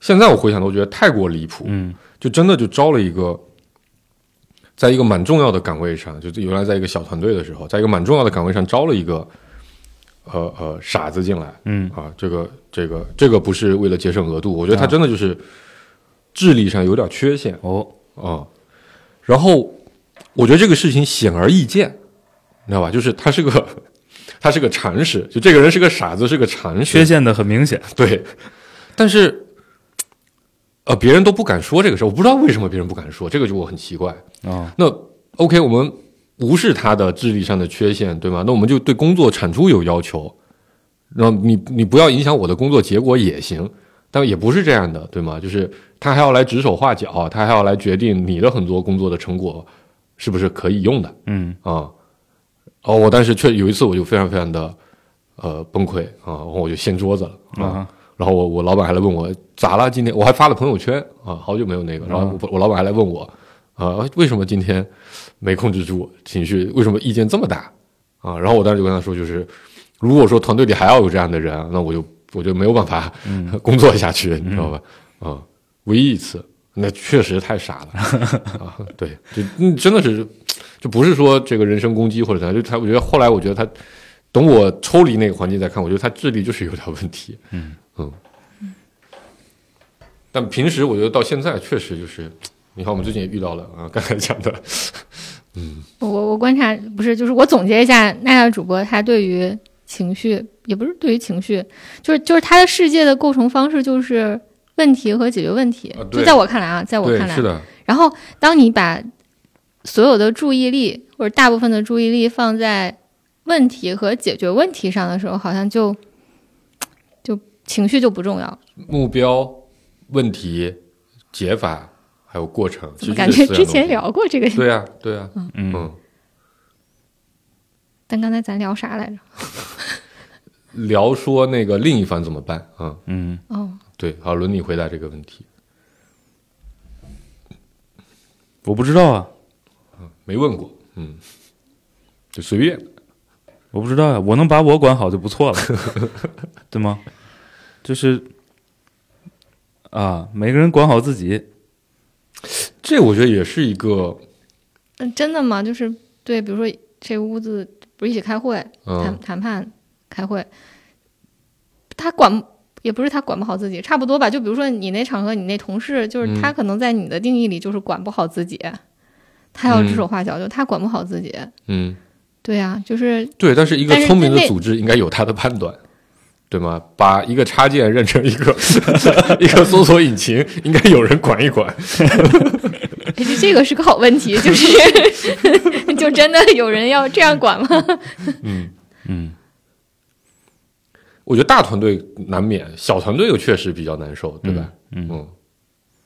Speaker 4: 现在我回想都觉得太过离谱，
Speaker 3: 嗯
Speaker 4: 就真的就招了一个，在一个蛮重要的岗位上，就是原来在一个小团队的时候，在一个蛮重要的岗位上招了一个，呃呃傻子进来
Speaker 3: 嗯
Speaker 4: 啊，这个这个这个不是为了节省额度，我觉得他真的就是智力上有点缺陷
Speaker 3: 哦，
Speaker 4: 啊。然后我觉得这个事情显而易见，你知道吧？就是他是个他是个常识，就这个人是个傻子，是个常识
Speaker 3: 缺，陷的很明显，
Speaker 4: 对，但是，呃，别人都不敢说这个事儿，我不知道为什么别人不敢说，这个就我很奇怪。
Speaker 3: 哦
Speaker 4: 那 OK，我们无视他的智力上的缺陷，对吗？那我们就对工作产出有要求，然后你你不要影响我的工作结果也行，但也不是这样的，对吗？就是他还要来指手画脚，他还要来决定你的很多工作的成果是不是可以用的
Speaker 3: 嗯，
Speaker 4: 啊。哦，我当时确有一次我就非常非常的呃崩溃啊，然后我就掀桌子了啊。
Speaker 3: 啊，
Speaker 4: 然后我我老板还来问我咋了？今天我还发了朋友圈啊，好久没有那个。然后我我老板还来问我啊，为什么今天没控制住情绪？为什么意见这么大啊？然后我当时就跟他说，就是如果说团队里还要有这样的人，那我就我就没有办法 (laughs) 工作下去，你知道吧？啊，唯一一次，那确实太傻了啊！对，就嗯真的是就不是说这个人身攻击或者啥，就他我觉得后来我觉得他。等我抽离那个环境再看，我觉得他智力就是有点问题。但平时我觉得到现在确实就是，你看我们最近也遇到了啊，刚才讲的，
Speaker 5: (laughs)
Speaker 4: 嗯
Speaker 5: 我我观察不是，就是我总结一下娜娜主播她对于情绪，也不是对于情绪，就是就是她的世界的构成方式就是问题和解决问题。
Speaker 4: 啊对
Speaker 5: 就在我看来啊，在我
Speaker 4: 对
Speaker 5: 看，来
Speaker 4: 是，的，
Speaker 5: 然后，当你把所有的注意力或者大部分的注意力放在问题和解决问题上的时候，好像就就情绪就不重要了。
Speaker 4: 目标、问题、解法还有过程，
Speaker 5: 怎
Speaker 4: 其
Speaker 5: 么
Speaker 4: 实
Speaker 5: 感觉
Speaker 4: 这四样
Speaker 5: 之前
Speaker 4: 东西
Speaker 5: 聊过这个？
Speaker 4: 对啊，对啊，
Speaker 3: 嗯
Speaker 4: 嗯，
Speaker 5: 但刚才咱聊啥来着？
Speaker 4: 聊说那个另一方怎么办啊、嗯？
Speaker 3: 嗯，
Speaker 5: 哦，
Speaker 4: 对，好，轮你回答这个问题，
Speaker 3: 我不知道啊，
Speaker 4: 没问过，嗯，就随便，
Speaker 3: 我不知道呀、我能把我管好就不 (laughs) 错了，对吗？就是啊，每个人管好自己，
Speaker 4: 这我觉得也是一个，
Speaker 5: 嗯，真的吗？就是对，比如说这个屋子不是一起开会，谈
Speaker 4: 嗯，
Speaker 5: 谈判开会，他管也不是他管不好自己，差不多吧。就比如说你那场合，你那同事，就是
Speaker 3: 嗯
Speaker 5: 他可能在你的定义里就是管不好自己，他
Speaker 3: 嗯
Speaker 5: 要指手画脚，就他管不好自己。
Speaker 4: 嗯，
Speaker 5: 对呀、就是
Speaker 4: 对，但是一个
Speaker 5: 但是
Speaker 4: 聪明的
Speaker 5: 针对
Speaker 4: 组织应该有它的判断，对吗？把一个插件 (laughs) 认成一个一个搜索引擎，应该有人管一管。
Speaker 5: 哎这这个是个好问题，就是 (laughs) 就真的有人要这样管吗？ (laughs)
Speaker 4: 嗯，
Speaker 3: 嗯
Speaker 4: 我觉得大团队难免，小团队又确实比较难受，对吧？
Speaker 3: 嗯
Speaker 4: 嗯，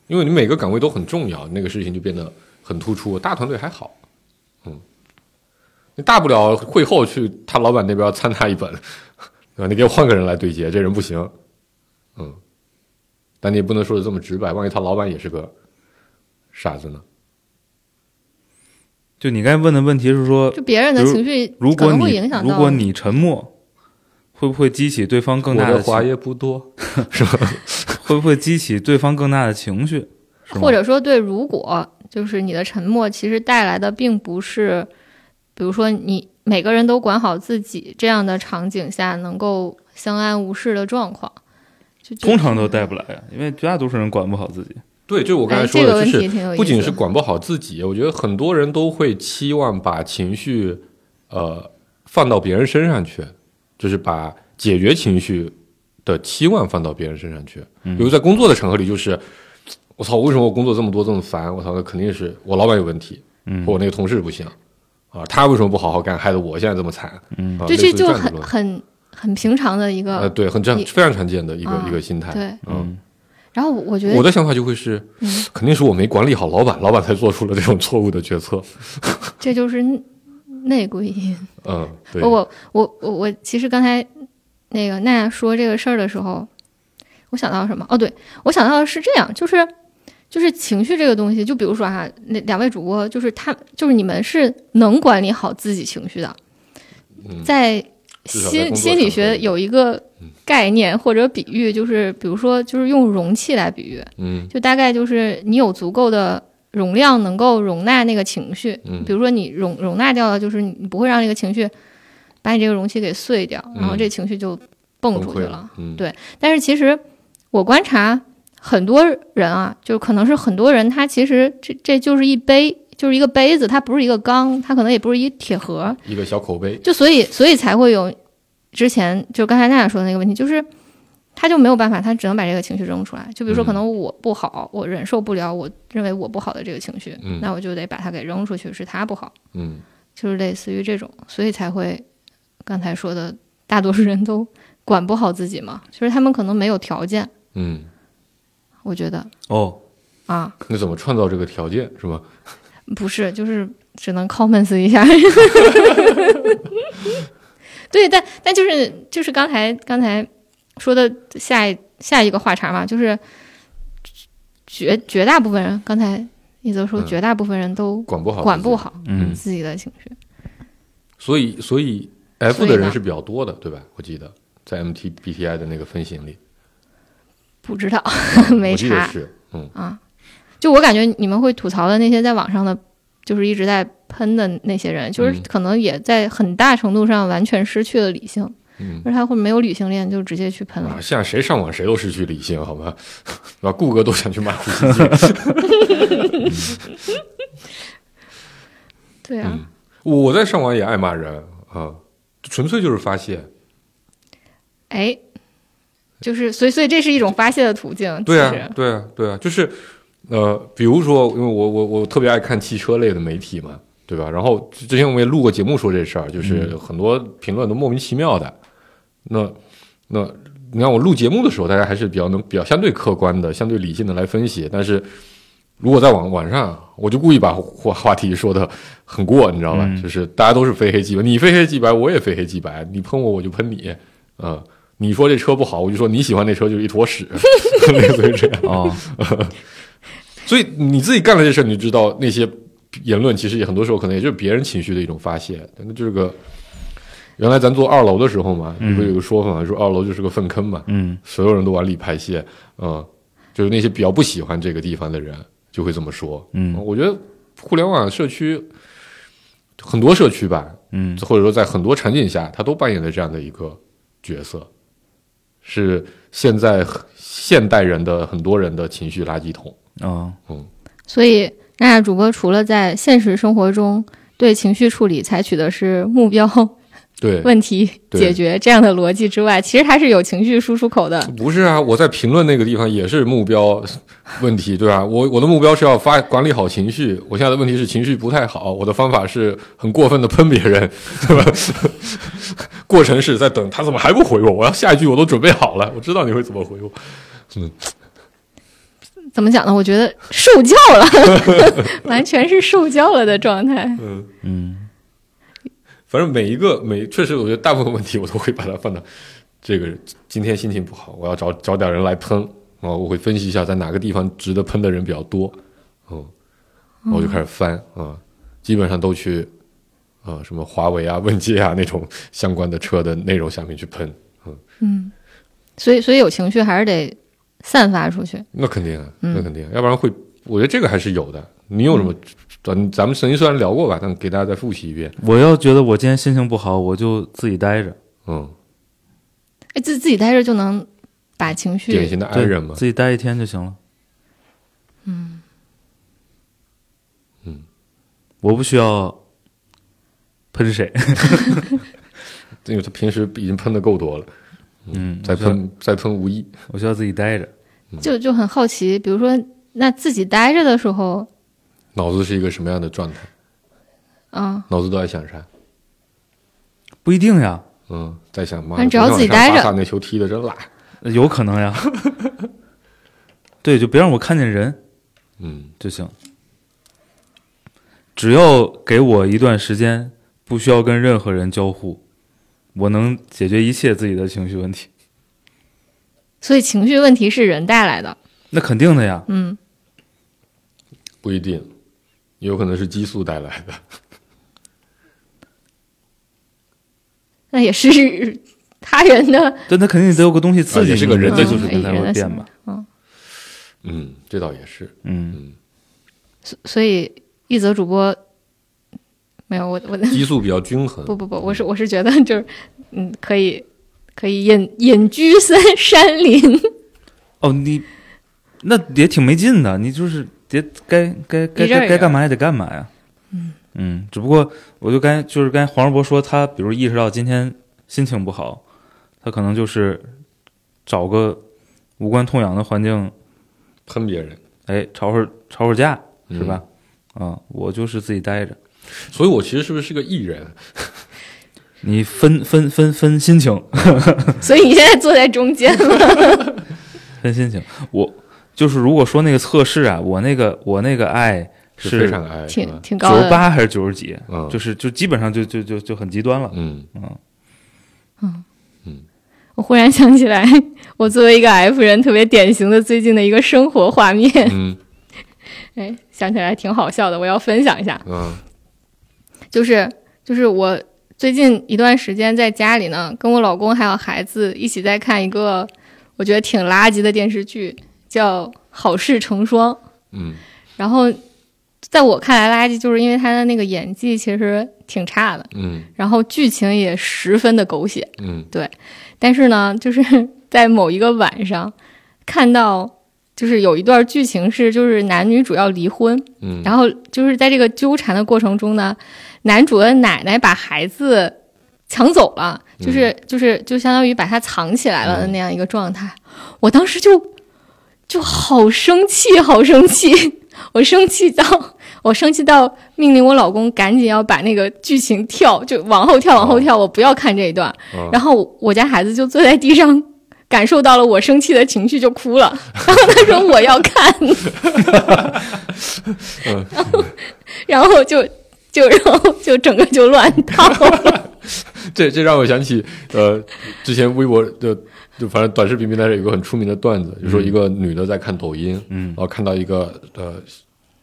Speaker 4: 因为你每个岗位都很重要，那个事情就变得很突出。大团队还好，嗯，你大不了会后去他老板那边参他一本， (laughs) 对吧？你给我换个人来对接，这人不行，嗯，但你也不能说的这么直白，万一他老板也是个傻子呢？
Speaker 3: 就你刚才问的问题是说
Speaker 5: 就，别人的
Speaker 3: 比如
Speaker 5: 情绪
Speaker 3: 如
Speaker 5: 可
Speaker 3: 果
Speaker 5: 能会
Speaker 3: 你
Speaker 5: 影响
Speaker 3: 如
Speaker 5: 到。
Speaker 3: 果你沉默，会不会激起对方
Speaker 4: 我
Speaker 3: 更大的
Speaker 4: 话
Speaker 3: 情
Speaker 4: 也不多，是吧？
Speaker 3: 会不会激起对方更大的情绪？是吗
Speaker 5: 或者说对，如果就是你的沉默，其实带来的并不是，比如说你每个人都管好自己这样的场景下能够相安无事的状况，就
Speaker 3: 通常都带不来啊呀，因为绝大多数人管不好自己。
Speaker 4: 对，就是我
Speaker 5: 我
Speaker 4: 刚才说
Speaker 5: 哎这个
Speaker 4: 的，
Speaker 5: 问
Speaker 4: 就是
Speaker 5: 题挺有意思的，
Speaker 4: 不仅是管不好自己，我觉得很多人都会期望把情绪，呃，放到别人身上去，就是把解决情绪的期望放到别人身上去。
Speaker 3: 嗯
Speaker 4: 比如在工作的场合里，就是我操，为什么我工作这么多这么烦？我操，那肯定是我老板有问题，
Speaker 3: 嗯
Speaker 4: 或我那个同事不行啊，他为什么不好好干，害得我现在这么惨？
Speaker 3: 嗯
Speaker 4: 啊
Speaker 5: 就
Speaker 4: 类似
Speaker 5: 这
Speaker 4: 于这
Speaker 5: 就
Speaker 4: 样的
Speaker 5: 很
Speaker 4: 论
Speaker 5: 很很平常的一个、
Speaker 4: 呃，对，很常
Speaker 5: 你
Speaker 4: 非常常见的一个、
Speaker 5: 啊
Speaker 4: 一个心态。
Speaker 5: 对。
Speaker 4: 嗯，
Speaker 5: 然后我我觉得
Speaker 4: 我的想法就会是，
Speaker 5: 嗯
Speaker 4: 肯定是我没管理好老板，老 (laughs) 板才做出了这种错误的决策。
Speaker 5: 这就是内内归因。
Speaker 4: 嗯，对，
Speaker 5: 我我我我其实刚才那个娜娜说这个事儿的时候，我想到什么？哦，对我想到的是这样，就是就是情绪这个东西，就比如说哈、那两位主播就是他就是你们是能管理好自己情绪的，
Speaker 4: 嗯
Speaker 5: 在
Speaker 4: 至少在
Speaker 5: 心
Speaker 4: 工作
Speaker 5: 心
Speaker 4: 场
Speaker 5: 理
Speaker 4: 合
Speaker 5: 学
Speaker 4: 里
Speaker 5: 有一个
Speaker 4: 嗯
Speaker 5: 概念或者比喻，就是比如说就是用容器来比喻，
Speaker 4: 嗯
Speaker 5: 就大概就是你有足够的容量能够容纳那个情绪，
Speaker 4: 嗯
Speaker 5: 比如说你容容纳掉了，就是你不会让这个情绪把你这个容器给碎掉，然后
Speaker 4: 嗯
Speaker 5: 这情绪就蹦出去
Speaker 4: 溃
Speaker 5: 了。，
Speaker 4: 嗯，
Speaker 5: 对但是其实我观察很多人啊，就可能是很多人他其实这这就是一杯，就是一个杯子，它不是一个缸，它可能也不是一铁盒，
Speaker 4: 一个小口碑，
Speaker 5: 就所以所以才会有之前就刚才娜娜说的那个问题，就是他就没有办法，他只能把这个情绪扔出来。就比如说，
Speaker 4: 嗯
Speaker 5: 可能我不好，我忍受不了，我认为我不好的这个情绪，
Speaker 4: 嗯
Speaker 5: 那我就得把它给扔出去，是他不好。
Speaker 4: 嗯
Speaker 5: 就是类似于这种，所以才会刚才说的，大多数人都管不好自己嘛，就是他们可能没有条件，
Speaker 4: 嗯，
Speaker 5: 我觉得
Speaker 3: 哦，
Speaker 5: 啊，
Speaker 4: 那怎么创造这个条件是吧？
Speaker 5: 不是，就是只能 comments 一下。 (laughs) 对，但但就是就是刚才刚才说的下一下一个话茬嘛，就是绝绝大部分人，刚才一泽说，
Speaker 4: 嗯
Speaker 5: 绝大部分人都
Speaker 4: 管不好，
Speaker 5: 管不。好
Speaker 3: 嗯
Speaker 5: 自己的情绪。
Speaker 4: 所以，所以 F
Speaker 5: 所以
Speaker 4: 的人
Speaker 5: 呢
Speaker 4: 是比较多的，对吧？我记得在 MTBTI 的那个分型里，
Speaker 5: 不知道， (laughs)
Speaker 4: 我
Speaker 5: 没
Speaker 4: 记得
Speaker 5: 查。
Speaker 4: 是，嗯，
Speaker 5: 啊就我感觉你们会吐槽的那些在网上的，就是一直在喷的那些人，就是
Speaker 4: 嗯
Speaker 5: 可能也在很大程度上完全失去了理性，
Speaker 4: 嗯
Speaker 5: 就是他会没有理性恋就直接去喷
Speaker 4: 啊，
Speaker 5: 了。
Speaker 4: 现在谁上网谁都失去理性，好吗？ (laughs) 对吧？顾哥都想去骂出自己。
Speaker 5: 对啊，
Speaker 4: 嗯，我在上网也爱骂人啊，纯粹就是发泄。
Speaker 5: 哎，就是所以所以这是一种发泄的途径。
Speaker 4: 对
Speaker 5: 其
Speaker 4: 啊
Speaker 5: 实，
Speaker 4: 对啊，对啊，就是呃，比如说，因为我我我特别爱看汽车类的媒体嘛，对吧？然后之之前我们也录过节目说这事儿，就是很多评论都莫名其妙的。那那你看我录节目的时候，大家还是比较能比较相对客观的、相对理性的来分析，但是。如果在网网上，我就故意把话话题说的很过，你知道吧？
Speaker 3: 嗯
Speaker 4: 就是大家都是非黑即白，你非黑即白，我也非黑即白，你喷我我就喷你，啊、你说这车不好，我就说你喜欢那车就是一坨
Speaker 3: (laughs)
Speaker 4: 屎，类似于这样。
Speaker 3: 哦，
Speaker 4: 所以你自己干了这事儿，你就知道那些言论其实也很多时候可能也就是别人情绪的一种发泄。但那这个，原来咱做二楼的时候嘛，
Speaker 3: 嗯
Speaker 4: 不是有个说法嘛，说二楼就是个粪坑嘛，
Speaker 3: 嗯
Speaker 4: 所有人都往里排泄，嗯，就是那些比较不喜欢这个地方的人就会这么说。
Speaker 3: 嗯
Speaker 4: 我觉得互联网社区很多社区吧，
Speaker 3: 嗯
Speaker 4: 或者说在很多场景下，他都扮演了这样的一个角色，是现在现代人的很多人的情绪垃圾桶。
Speaker 3: 哦，
Speaker 5: 所以娜娜主播除了在现实生活中对情绪处理采取的是目标
Speaker 4: 对，
Speaker 5: 问题
Speaker 4: 对
Speaker 5: 解决这样的逻辑之外，其实还是有情绪输出口的。
Speaker 4: 不是啊，我在评论那个地方也是目标问题，对吧？我我的目标是要发管理好情绪，我现在的问题是情绪不太好，我的方法是很过分的喷别人，对吧？ (laughs) 过程是在等他怎么还不回我，我要下一句我都准备好了，我知道你会怎么回我。
Speaker 5: 怎么讲呢？我觉得受教了， (laughs) 完全是受教了的状态。
Speaker 4: 嗯，
Speaker 3: 嗯
Speaker 4: 反正每一个每确实，我觉得大部分问题我都会把它放到这个今天心情不好，我要找找点人来喷啊，我会分析一下在哪个地方值得喷的人比较多，嗯，然后我就开始翻啊，基本上都去啊什么华为啊、问界啊那种相关的车的内容下面去喷，
Speaker 5: 嗯，所以所以有情绪还是得散发出去。
Speaker 4: 那肯定啊，
Speaker 5: 嗯
Speaker 4: 那肯定啊，要不然会，我觉得这个还是有的。你有什么？咱咱们曾经虽然聊过吧，但给大家再复习一遍，
Speaker 3: 我要觉得我今天心情不好，我就自己待着，
Speaker 4: 嗯，
Speaker 5: 哎，自自己待着就能把情绪
Speaker 4: 典型的 i
Speaker 3: 对
Speaker 4: 人嘛，
Speaker 3: 自己待一天就行了。嗯
Speaker 4: 嗯，
Speaker 3: 我不需要喷谁，
Speaker 4: 因为他平时已经喷的够多了。
Speaker 3: 嗯，
Speaker 4: 再
Speaker 3: 我需要，
Speaker 4: 喷再喷无益。
Speaker 3: (laughs) 我需要自己待着。
Speaker 5: 就就很好奇，比如说，那自己待着的时候，
Speaker 4: 脑子是一个什么样的状态？
Speaker 5: 啊、
Speaker 4: 脑子都在想啥？
Speaker 3: 不一定呀，
Speaker 4: 嗯，在想妈，
Speaker 5: 反正只要自己待
Speaker 4: 昨天
Speaker 5: 着
Speaker 4: 晚上巴萨那球踢的真辣。
Speaker 3: 有可能呀。 (laughs) 对，就别让我看见人
Speaker 4: 嗯
Speaker 3: 就行。只要给我一段时间，不需要跟任何人交互，我能解决一切自己的情绪问题。
Speaker 5: 所以情绪问题是人带来的。
Speaker 3: 那肯定的呀，
Speaker 5: 嗯，
Speaker 4: 不一定，也有可能是激素带来的。
Speaker 5: 那也是 (laughs) 他人的，
Speaker 3: 但他肯定得有个东西刺
Speaker 4: 啊
Speaker 3: 激
Speaker 4: 也
Speaker 3: 你，
Speaker 4: 是个人
Speaker 5: 的
Speaker 3: 你
Speaker 5: 就是
Speaker 3: 你才
Speaker 5: 人
Speaker 3: 会
Speaker 5: 的
Speaker 3: 变
Speaker 5: 行
Speaker 3: 吧。
Speaker 4: 嗯，这倒也是。
Speaker 3: 嗯，
Speaker 4: 嗯，
Speaker 5: 所所以一则主播没有我我
Speaker 4: 激素比较均衡。
Speaker 5: 不不不，我是我是觉得就是嗯，可以可以隐隐居山山林，
Speaker 3: 哦，你那也挺没劲的，你就是得该该该
Speaker 5: 一阵
Speaker 3: 该
Speaker 5: 儿一阵儿
Speaker 3: 该干嘛也得干嘛呀。嗯只不过我就刚才就是刚才黄世博说，他比如意识到今天心情不好，他可能就是找个无关痛痒的环境，
Speaker 4: 喷别人
Speaker 3: 哎，吵会儿吵会儿架
Speaker 4: 嗯
Speaker 3: 是吧？啊、我就是自己待着，
Speaker 4: 所以我其实是不是是个艺人？
Speaker 3: 你分分分分心情，
Speaker 5: 所以你现在坐在中间了。
Speaker 3: 分心情。我就是如果说那个测试啊，我那个我那个爱
Speaker 4: 是非常爱，是
Speaker 5: 挺
Speaker 4: 吧？
Speaker 5: 挺高
Speaker 3: 九十
Speaker 5: 的。
Speaker 3: 八还是九十几，
Speaker 4: 嗯，
Speaker 3: 就是就基本上就就就就很极端了。
Speaker 4: 嗯
Speaker 3: 嗯，
Speaker 5: 我忽然想起来，我作为一个 F 人，特别典型的最近的一个生活画面， (laughs)
Speaker 4: 嗯
Speaker 5: 哎，想起来挺好笑的，我要分享一下。
Speaker 4: 嗯
Speaker 5: 就是就是我最近一段时间在家里呢，跟我老公还有孩子一起在看一个我觉得挺垃圾的电视剧，叫《好事成双》。
Speaker 4: 嗯
Speaker 5: 然后在我看来，垃圾就是因为他的那个演技其实挺差的，
Speaker 4: 嗯
Speaker 5: 然后剧情也十分的狗血。
Speaker 4: 嗯
Speaker 5: 但是呢，就是 (laughs) 在某一个晚上看到。就是有一段剧情是，就是男女主要离婚，
Speaker 4: 嗯，
Speaker 5: 然后就是在这个纠缠的过程中呢，男主的奶奶把孩子抢走了，
Speaker 4: 嗯
Speaker 5: 就是、就是就相当于把他藏起来了的
Speaker 4: 嗯
Speaker 5: 那样一个状态。我当时就就好生气，好生气，我生气到我生气到命令我老公赶紧要把那个剧情跳，就往后跳，往
Speaker 4: 哦
Speaker 5: 后跳，我不要看这一段。
Speaker 4: 嗯
Speaker 5: 然后我家孩子就坐在地上。感受到了我生气的情绪就哭了，然后他说我要看，
Speaker 4: (laughs) 嗯
Speaker 5: (laughs) 然后就就然后就整个就乱套了。 (laughs)
Speaker 4: (laughs) 这这让我想起，呃，之前微博的就反正短视频平台上有个很出名的段子，就说一个女的在看抖音，嗯，然后看到一个呃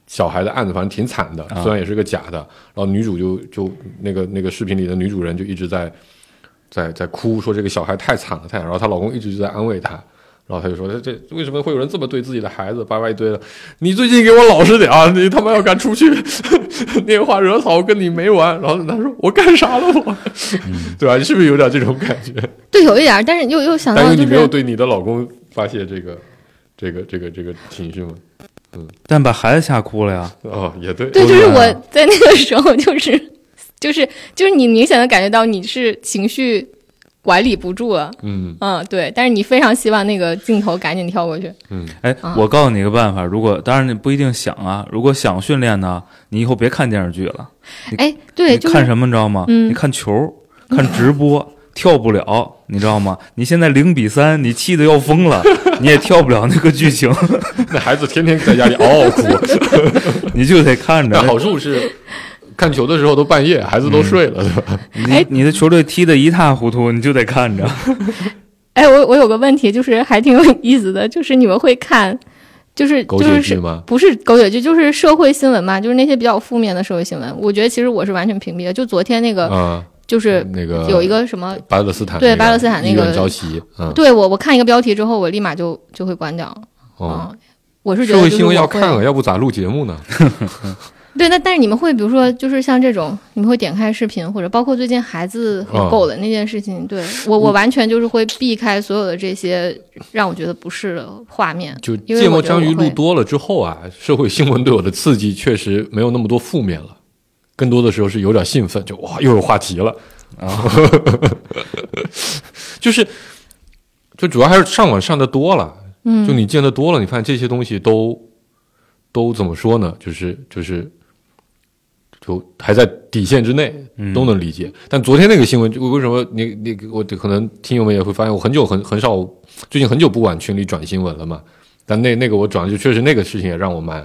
Speaker 4: 小孩的案子，反正挺惨的，虽然也是个假的，然后女主就就那个那个视频里的女主人就一直在在在哭，说这个小孩太惨了，太惨了，然后她老公一直就在安慰她。然后她就说：“这这为什么会有人这么对自己的孩子？叭叭一堆的，你最近给我老实点啊！你他妈要敢出去 (laughs) 拈花惹草，我跟你没完。”然后她说：“我干啥了我？” (laughs) 对吧？你是不是有点这种感觉？
Speaker 5: 对，有一点儿，但是又又想
Speaker 4: 但
Speaker 5: 到
Speaker 4: 是
Speaker 5: 就
Speaker 4: 你没有
Speaker 5: 是，
Speaker 4: 对你的老公发泄这个、这个、这个、这个情绪吗？
Speaker 3: 但把孩子吓哭了呀。
Speaker 4: 哦，也对，
Speaker 5: 对，
Speaker 3: 我
Speaker 5: 就是
Speaker 3: 明白
Speaker 5: 我
Speaker 3: 了
Speaker 5: 在那个时候就是 (laughs) 就是就是你明显的感觉到你是情绪管理不住了，
Speaker 4: 嗯
Speaker 5: 嗯，对，但是你非常希望那个镜头赶紧跳过去，
Speaker 4: 嗯
Speaker 3: 哎
Speaker 5: 啊，
Speaker 3: 我告诉你一个办法，如果当然你不一定想啊，如果想训练呢，你以后别看电视剧了，
Speaker 5: 哎，对，
Speaker 3: 你
Speaker 5: 就
Speaker 3: 看
Speaker 5: 是
Speaker 3: 什么你知道吗？
Speaker 5: 嗯
Speaker 3: 你看球，看直播。跳不了，你知道吗？你现在零比三，你气得要疯了， (laughs) 你也跳不了那个剧情， (laughs)
Speaker 4: 那孩子天天在家
Speaker 5: (laughs)
Speaker 4: 里嗷嗷哭，
Speaker 3: 你就得看着
Speaker 4: 但。
Speaker 5: 哎
Speaker 4: 好处是看球的时候都半夜，孩子
Speaker 5: 嗯
Speaker 4: 都睡了，对吧？
Speaker 3: 你你的球队踢得一塌糊涂，你就得看着。
Speaker 5: 哎，我我有个问题，就是还挺有意思的，就是你们会看。就是
Speaker 4: 狗
Speaker 5: 就
Speaker 4: 血
Speaker 5: 是
Speaker 4: 剧
Speaker 5: 是
Speaker 4: 吗
Speaker 5: 不是狗血剧，就是社会新闻嘛，就是那些比较负面的社会新闻。我觉得其实我是完全屏蔽的。就昨天那个，
Speaker 4: 啊，
Speaker 5: 呃就是
Speaker 4: 那个
Speaker 5: 有一个什么
Speaker 4: 巴勒斯坦
Speaker 5: 对
Speaker 4: 那个
Speaker 5: 巴勒斯坦那个
Speaker 4: 医院遭袭，嗯，
Speaker 5: 对我，我看一个标题之后，我立马就就会关掉了。
Speaker 4: 哦，
Speaker 5: 嗯，我是觉
Speaker 4: 社
Speaker 5: 得
Speaker 4: 会
Speaker 5: 就是
Speaker 4: 新闻
Speaker 5: 我
Speaker 4: 要
Speaker 5: 会
Speaker 4: 看啊，要不咋录节目呢？
Speaker 5: 对，那但是你们会比如说，就是像这种，你们会点开视频，或者包括最近孩子和
Speaker 4: 嗯
Speaker 5: 狗的那件事情，对我我完全就是会避开所有的这些让我觉得不适的画面。
Speaker 4: 就
Speaker 5: 因为
Speaker 4: 芥末
Speaker 5: 我觉得
Speaker 4: 章鱼
Speaker 5: 我
Speaker 4: 录
Speaker 5: 会
Speaker 4: 多了之后啊，社会新闻对我的刺激确实没有那么多负面了，更多的时候是有点兴奋，就哇又有话题了啊， (laughs) 就是就主要还是上网上的多了，
Speaker 5: 嗯，
Speaker 4: 就你见的多了，你发现这些东西都都怎么说呢？就是就是就还在底线之内，都能理解。但昨天那个新闻，就为什么你你我可能听友们也会发现，我很久很很少，最近很久不往群里转新闻了嘛。但那那个我转了，就确实那个事情也让我蛮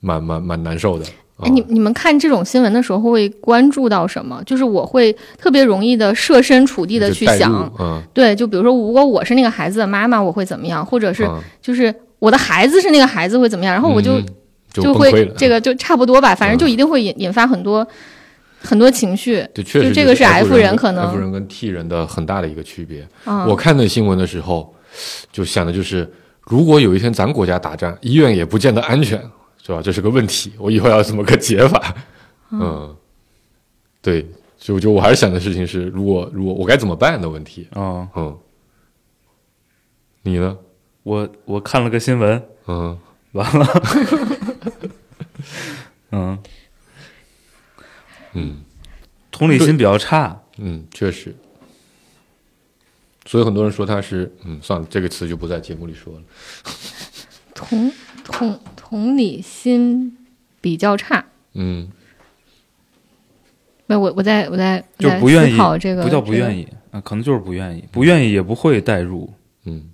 Speaker 4: 蛮蛮蛮难受的。啊
Speaker 5: 哎，你你们看这种新闻的时候会关注到什么？就是我会特别容易的设身处地的
Speaker 4: 就
Speaker 5: 去
Speaker 4: 代入
Speaker 5: 想，
Speaker 4: 嗯，
Speaker 5: 对，就比如说如果我是那个孩子的妈妈，我会怎么样，或者是
Speaker 4: 嗯
Speaker 5: 就是我的孩子是那个孩子会怎么样，然后我就
Speaker 4: 嗯
Speaker 5: 就
Speaker 4: 就崩溃
Speaker 5: 会
Speaker 4: 了
Speaker 5: 这个就差不多吧，反正
Speaker 4: 嗯
Speaker 5: 就一定会引引发很多很多情绪
Speaker 4: 对，确实
Speaker 5: 就这个
Speaker 4: 是
Speaker 5: 是 F 人可能
Speaker 4: F 人跟 T 人的很大的一个区别。
Speaker 5: 啊。
Speaker 4: 我看那新闻的时候，就想的就是，如果有一天咱国家打仗，医院也不见得安全，是吧？这是个问题，我以后要怎么个解法？嗯，对，就就我还是想的事情是，如果如果我该怎么办的问题。
Speaker 3: 哦，
Speaker 4: 嗯，你呢？
Speaker 3: 我我看了个新闻，
Speaker 4: 嗯
Speaker 3: 完
Speaker 5: (laughs)
Speaker 3: 了，嗯，
Speaker 4: 嗯
Speaker 3: 同理心比较差。
Speaker 4: 嗯，确实。所以很多人说他是，嗯，算了，这个词就不在节目里说了。
Speaker 5: 同同同理心比较差，
Speaker 4: 嗯，
Speaker 5: 那我我在我在
Speaker 3: 就
Speaker 5: 我在
Speaker 3: 不愿
Speaker 5: 思
Speaker 3: 意
Speaker 5: 考这个
Speaker 3: 不叫不愿
Speaker 5: 意，
Speaker 3: 意啊、可能就是不愿意，不愿意也不会代入，
Speaker 4: 嗯，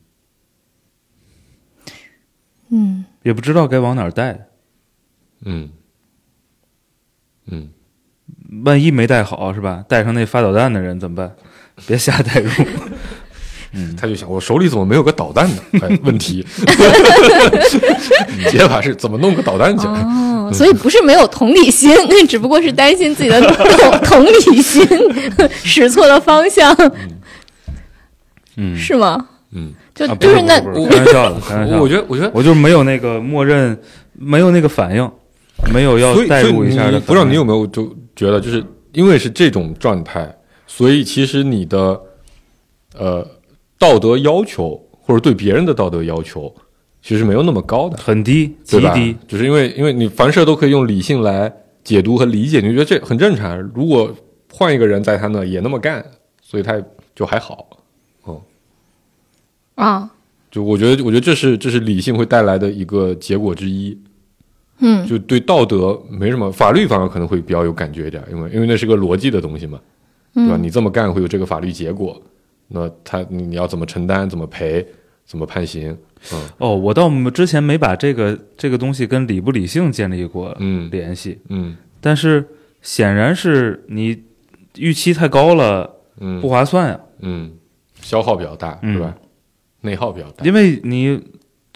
Speaker 5: 嗯，
Speaker 3: 也不知道该往哪儿带。
Speaker 4: 嗯，嗯，
Speaker 3: 万一没带好是吧？带上那发导弹的人怎么办？别瞎带
Speaker 5: (laughs)
Speaker 3: 入。
Speaker 4: 他就想我手里怎么没有个导弹呢？哎，问题，解法是怎么弄个导弹去？
Speaker 5: 哦，所以不是没有同理心， (laughs) 那只不过是担心
Speaker 3: (laughs)
Speaker 5: 自己的同同理心使错了方向，
Speaker 3: 嗯，
Speaker 5: 是吗？
Speaker 4: 嗯，
Speaker 5: 就
Speaker 3: 啊，不
Speaker 5: 就是是那
Speaker 3: 不是不是开玩笑的，开玩笑
Speaker 4: 我
Speaker 3: 的。
Speaker 4: 我觉得，我觉得，
Speaker 3: 我就是没有那个默认，没有那个反应，没有要
Speaker 4: 所以，
Speaker 3: 代
Speaker 4: 所以
Speaker 3: 入一下
Speaker 4: 你
Speaker 3: 的。
Speaker 4: 不知道你有，没有就觉得，就是因为是这种状态，所以其实你的呃道德要求或者对别人的道德要求，其实没有那么高的。
Speaker 3: 很低，极
Speaker 4: 对吧
Speaker 3: 低。，
Speaker 4: 就是因为因为你凡事都可以用理性来解读和理解，你就觉得这很正常。如果换一个人在他那也那么干，所以他也就还好。
Speaker 5: 啊，
Speaker 4: 就我觉得，我觉得这是这是理性会带来的一个结果之一。
Speaker 5: 嗯
Speaker 4: 就对道德没什么，法律反而可能会比较有感觉一点，因为因为那是个逻辑的东西嘛，对吧？
Speaker 5: 嗯
Speaker 4: 你这么干会有这个法律结果，那他你你要怎么承担，怎么赔，怎么判刑？
Speaker 3: 哦，我倒没之前没把这个这个东西跟理不理性建立过
Speaker 4: 嗯
Speaker 3: 联系，
Speaker 4: 嗯
Speaker 3: 但是显然是你预期太高了，
Speaker 4: 嗯
Speaker 3: 不划算呀、
Speaker 4: 嗯，消耗比较大，
Speaker 3: 嗯
Speaker 4: 对吧？内耗比较大，
Speaker 3: 因为你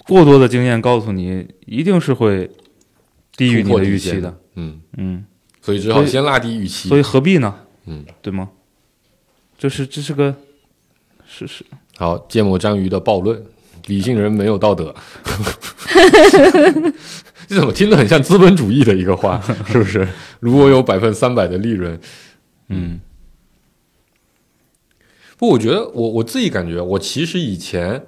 Speaker 3: 过多的经验告诉你，一定是会低于你的预期的。
Speaker 4: 嗯，
Speaker 3: 嗯，
Speaker 4: 所以只好先拉低预期。
Speaker 3: 所以何必呢？
Speaker 4: 嗯，
Speaker 3: 对吗？这是这是个是是
Speaker 4: 好，芥末章鱼的暴论：理性人没有道德。 (laughs) 这怎么听着很像资本主义的一个话，是不是？如果有百分三百的利润，
Speaker 3: 嗯
Speaker 4: 不，我觉得我我自己感觉，我其实以前，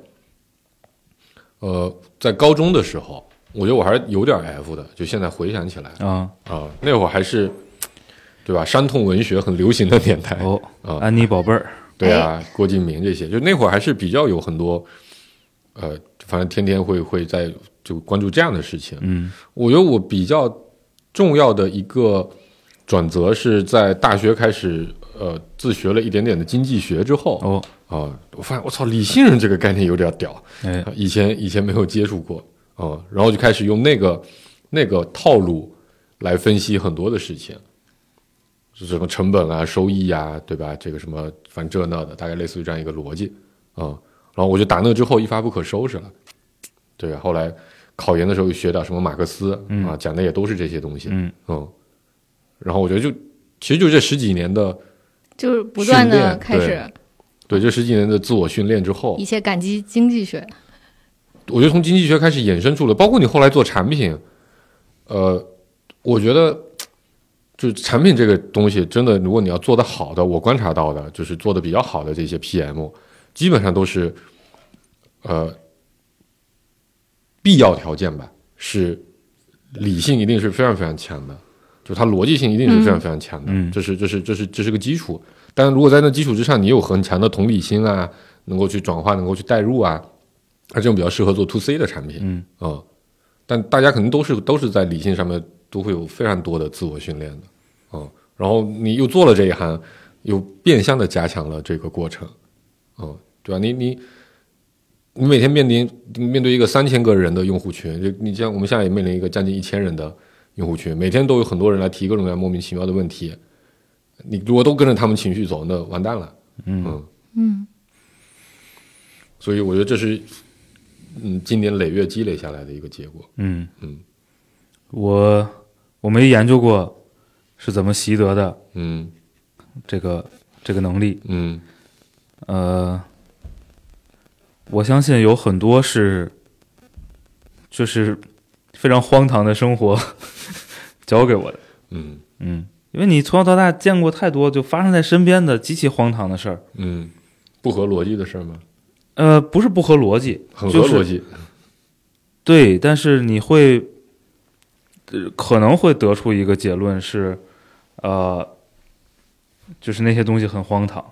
Speaker 4: 呃，在高中的时候，我觉得我还是有点 F 的。就现在回想起来
Speaker 3: 啊
Speaker 4: 啊、那会儿还是，对吧？山痛文学很流行的年代，
Speaker 3: 哦
Speaker 4: 啊，
Speaker 3: 安妮宝贝儿，
Speaker 4: 对啊，郭敬明这些，就那会儿还是比较有很多，呃，反正天天会会在就关注这样的事情。
Speaker 3: 嗯
Speaker 4: 我觉得我比较重要的一个转折是在大学开始，呃，自学了一点点的经济学之后，啊、
Speaker 3: 哦
Speaker 4: 我发现我操，理性人这个概念有点屌，
Speaker 3: 哎
Speaker 4: 啊以前以前没有接触过，啊、然后就开始用那个那个套路来分析很多的事情，是什么成本啊、收益啊，对吧？这个什么反正这那的，大概类似于这样一个逻辑啊、然后我就打那之后一发不可收拾了，对。啊后来考研的时候又学点什么马克思啊、讲的也都是这些东西，
Speaker 3: 嗯
Speaker 4: 然后我觉得就其实就这十几年的，
Speaker 5: 就是不断
Speaker 4: 训
Speaker 5: 的
Speaker 4: 练
Speaker 5: 开始
Speaker 4: 对对这十几年的自我训练之后
Speaker 5: 一，些感激经济学，
Speaker 4: 我觉得从经济学开始衍生出了，包括你后来做产品，呃，我觉得就是产品这个东西，真的，如果你要做得好的，我观察到的就是做得比较好的这些 PM，基本上都是呃必要条件吧，是理性一定是非常非常强的，就它逻辑性一定是非常非常强的，
Speaker 3: 嗯
Speaker 4: 这是这是这是这是个基础。但如果在那基础之上，你有很强的同理心啊，能够去转化，能够去代入啊，它这种比较适合做 to C 的产品，
Speaker 3: 嗯
Speaker 4: 嗯但大家可能都是都是在理性上面都会有非常多的自我训练的，嗯，然后你又做了这一行，又变相的加强了这个过程，嗯，对吧？你你你每天面临面对一个三千个人的用户群，就你像我们现在也面临一个将近一千人的用户群，每天都有很多人来提各种各样莫名其妙的问题，你如果都跟着他们情绪走，那完蛋了，嗯
Speaker 5: 嗯，
Speaker 4: 所以我觉得这是嗯经年累月积累下来的一个结果，
Speaker 3: 嗯
Speaker 4: 嗯，
Speaker 3: 我我没研究过是怎么习得的
Speaker 4: 嗯
Speaker 3: 这个这个能力，
Speaker 4: 嗯
Speaker 3: 呃，我相信有很多是就是非常荒唐的生活 (laughs) 教给我的，
Speaker 4: 嗯
Speaker 3: 嗯，因为你从小到大见过太多就发生在身边的极其荒唐的事儿，
Speaker 4: 嗯，不合逻辑的事儿吗？
Speaker 3: 呃，不是不合逻辑，
Speaker 4: 很合
Speaker 3: 就
Speaker 4: 逻
Speaker 3: 是
Speaker 4: 辑，
Speaker 3: 对，但是你会、呃可能会得出一个结论是，呃，就是那些东西很荒唐，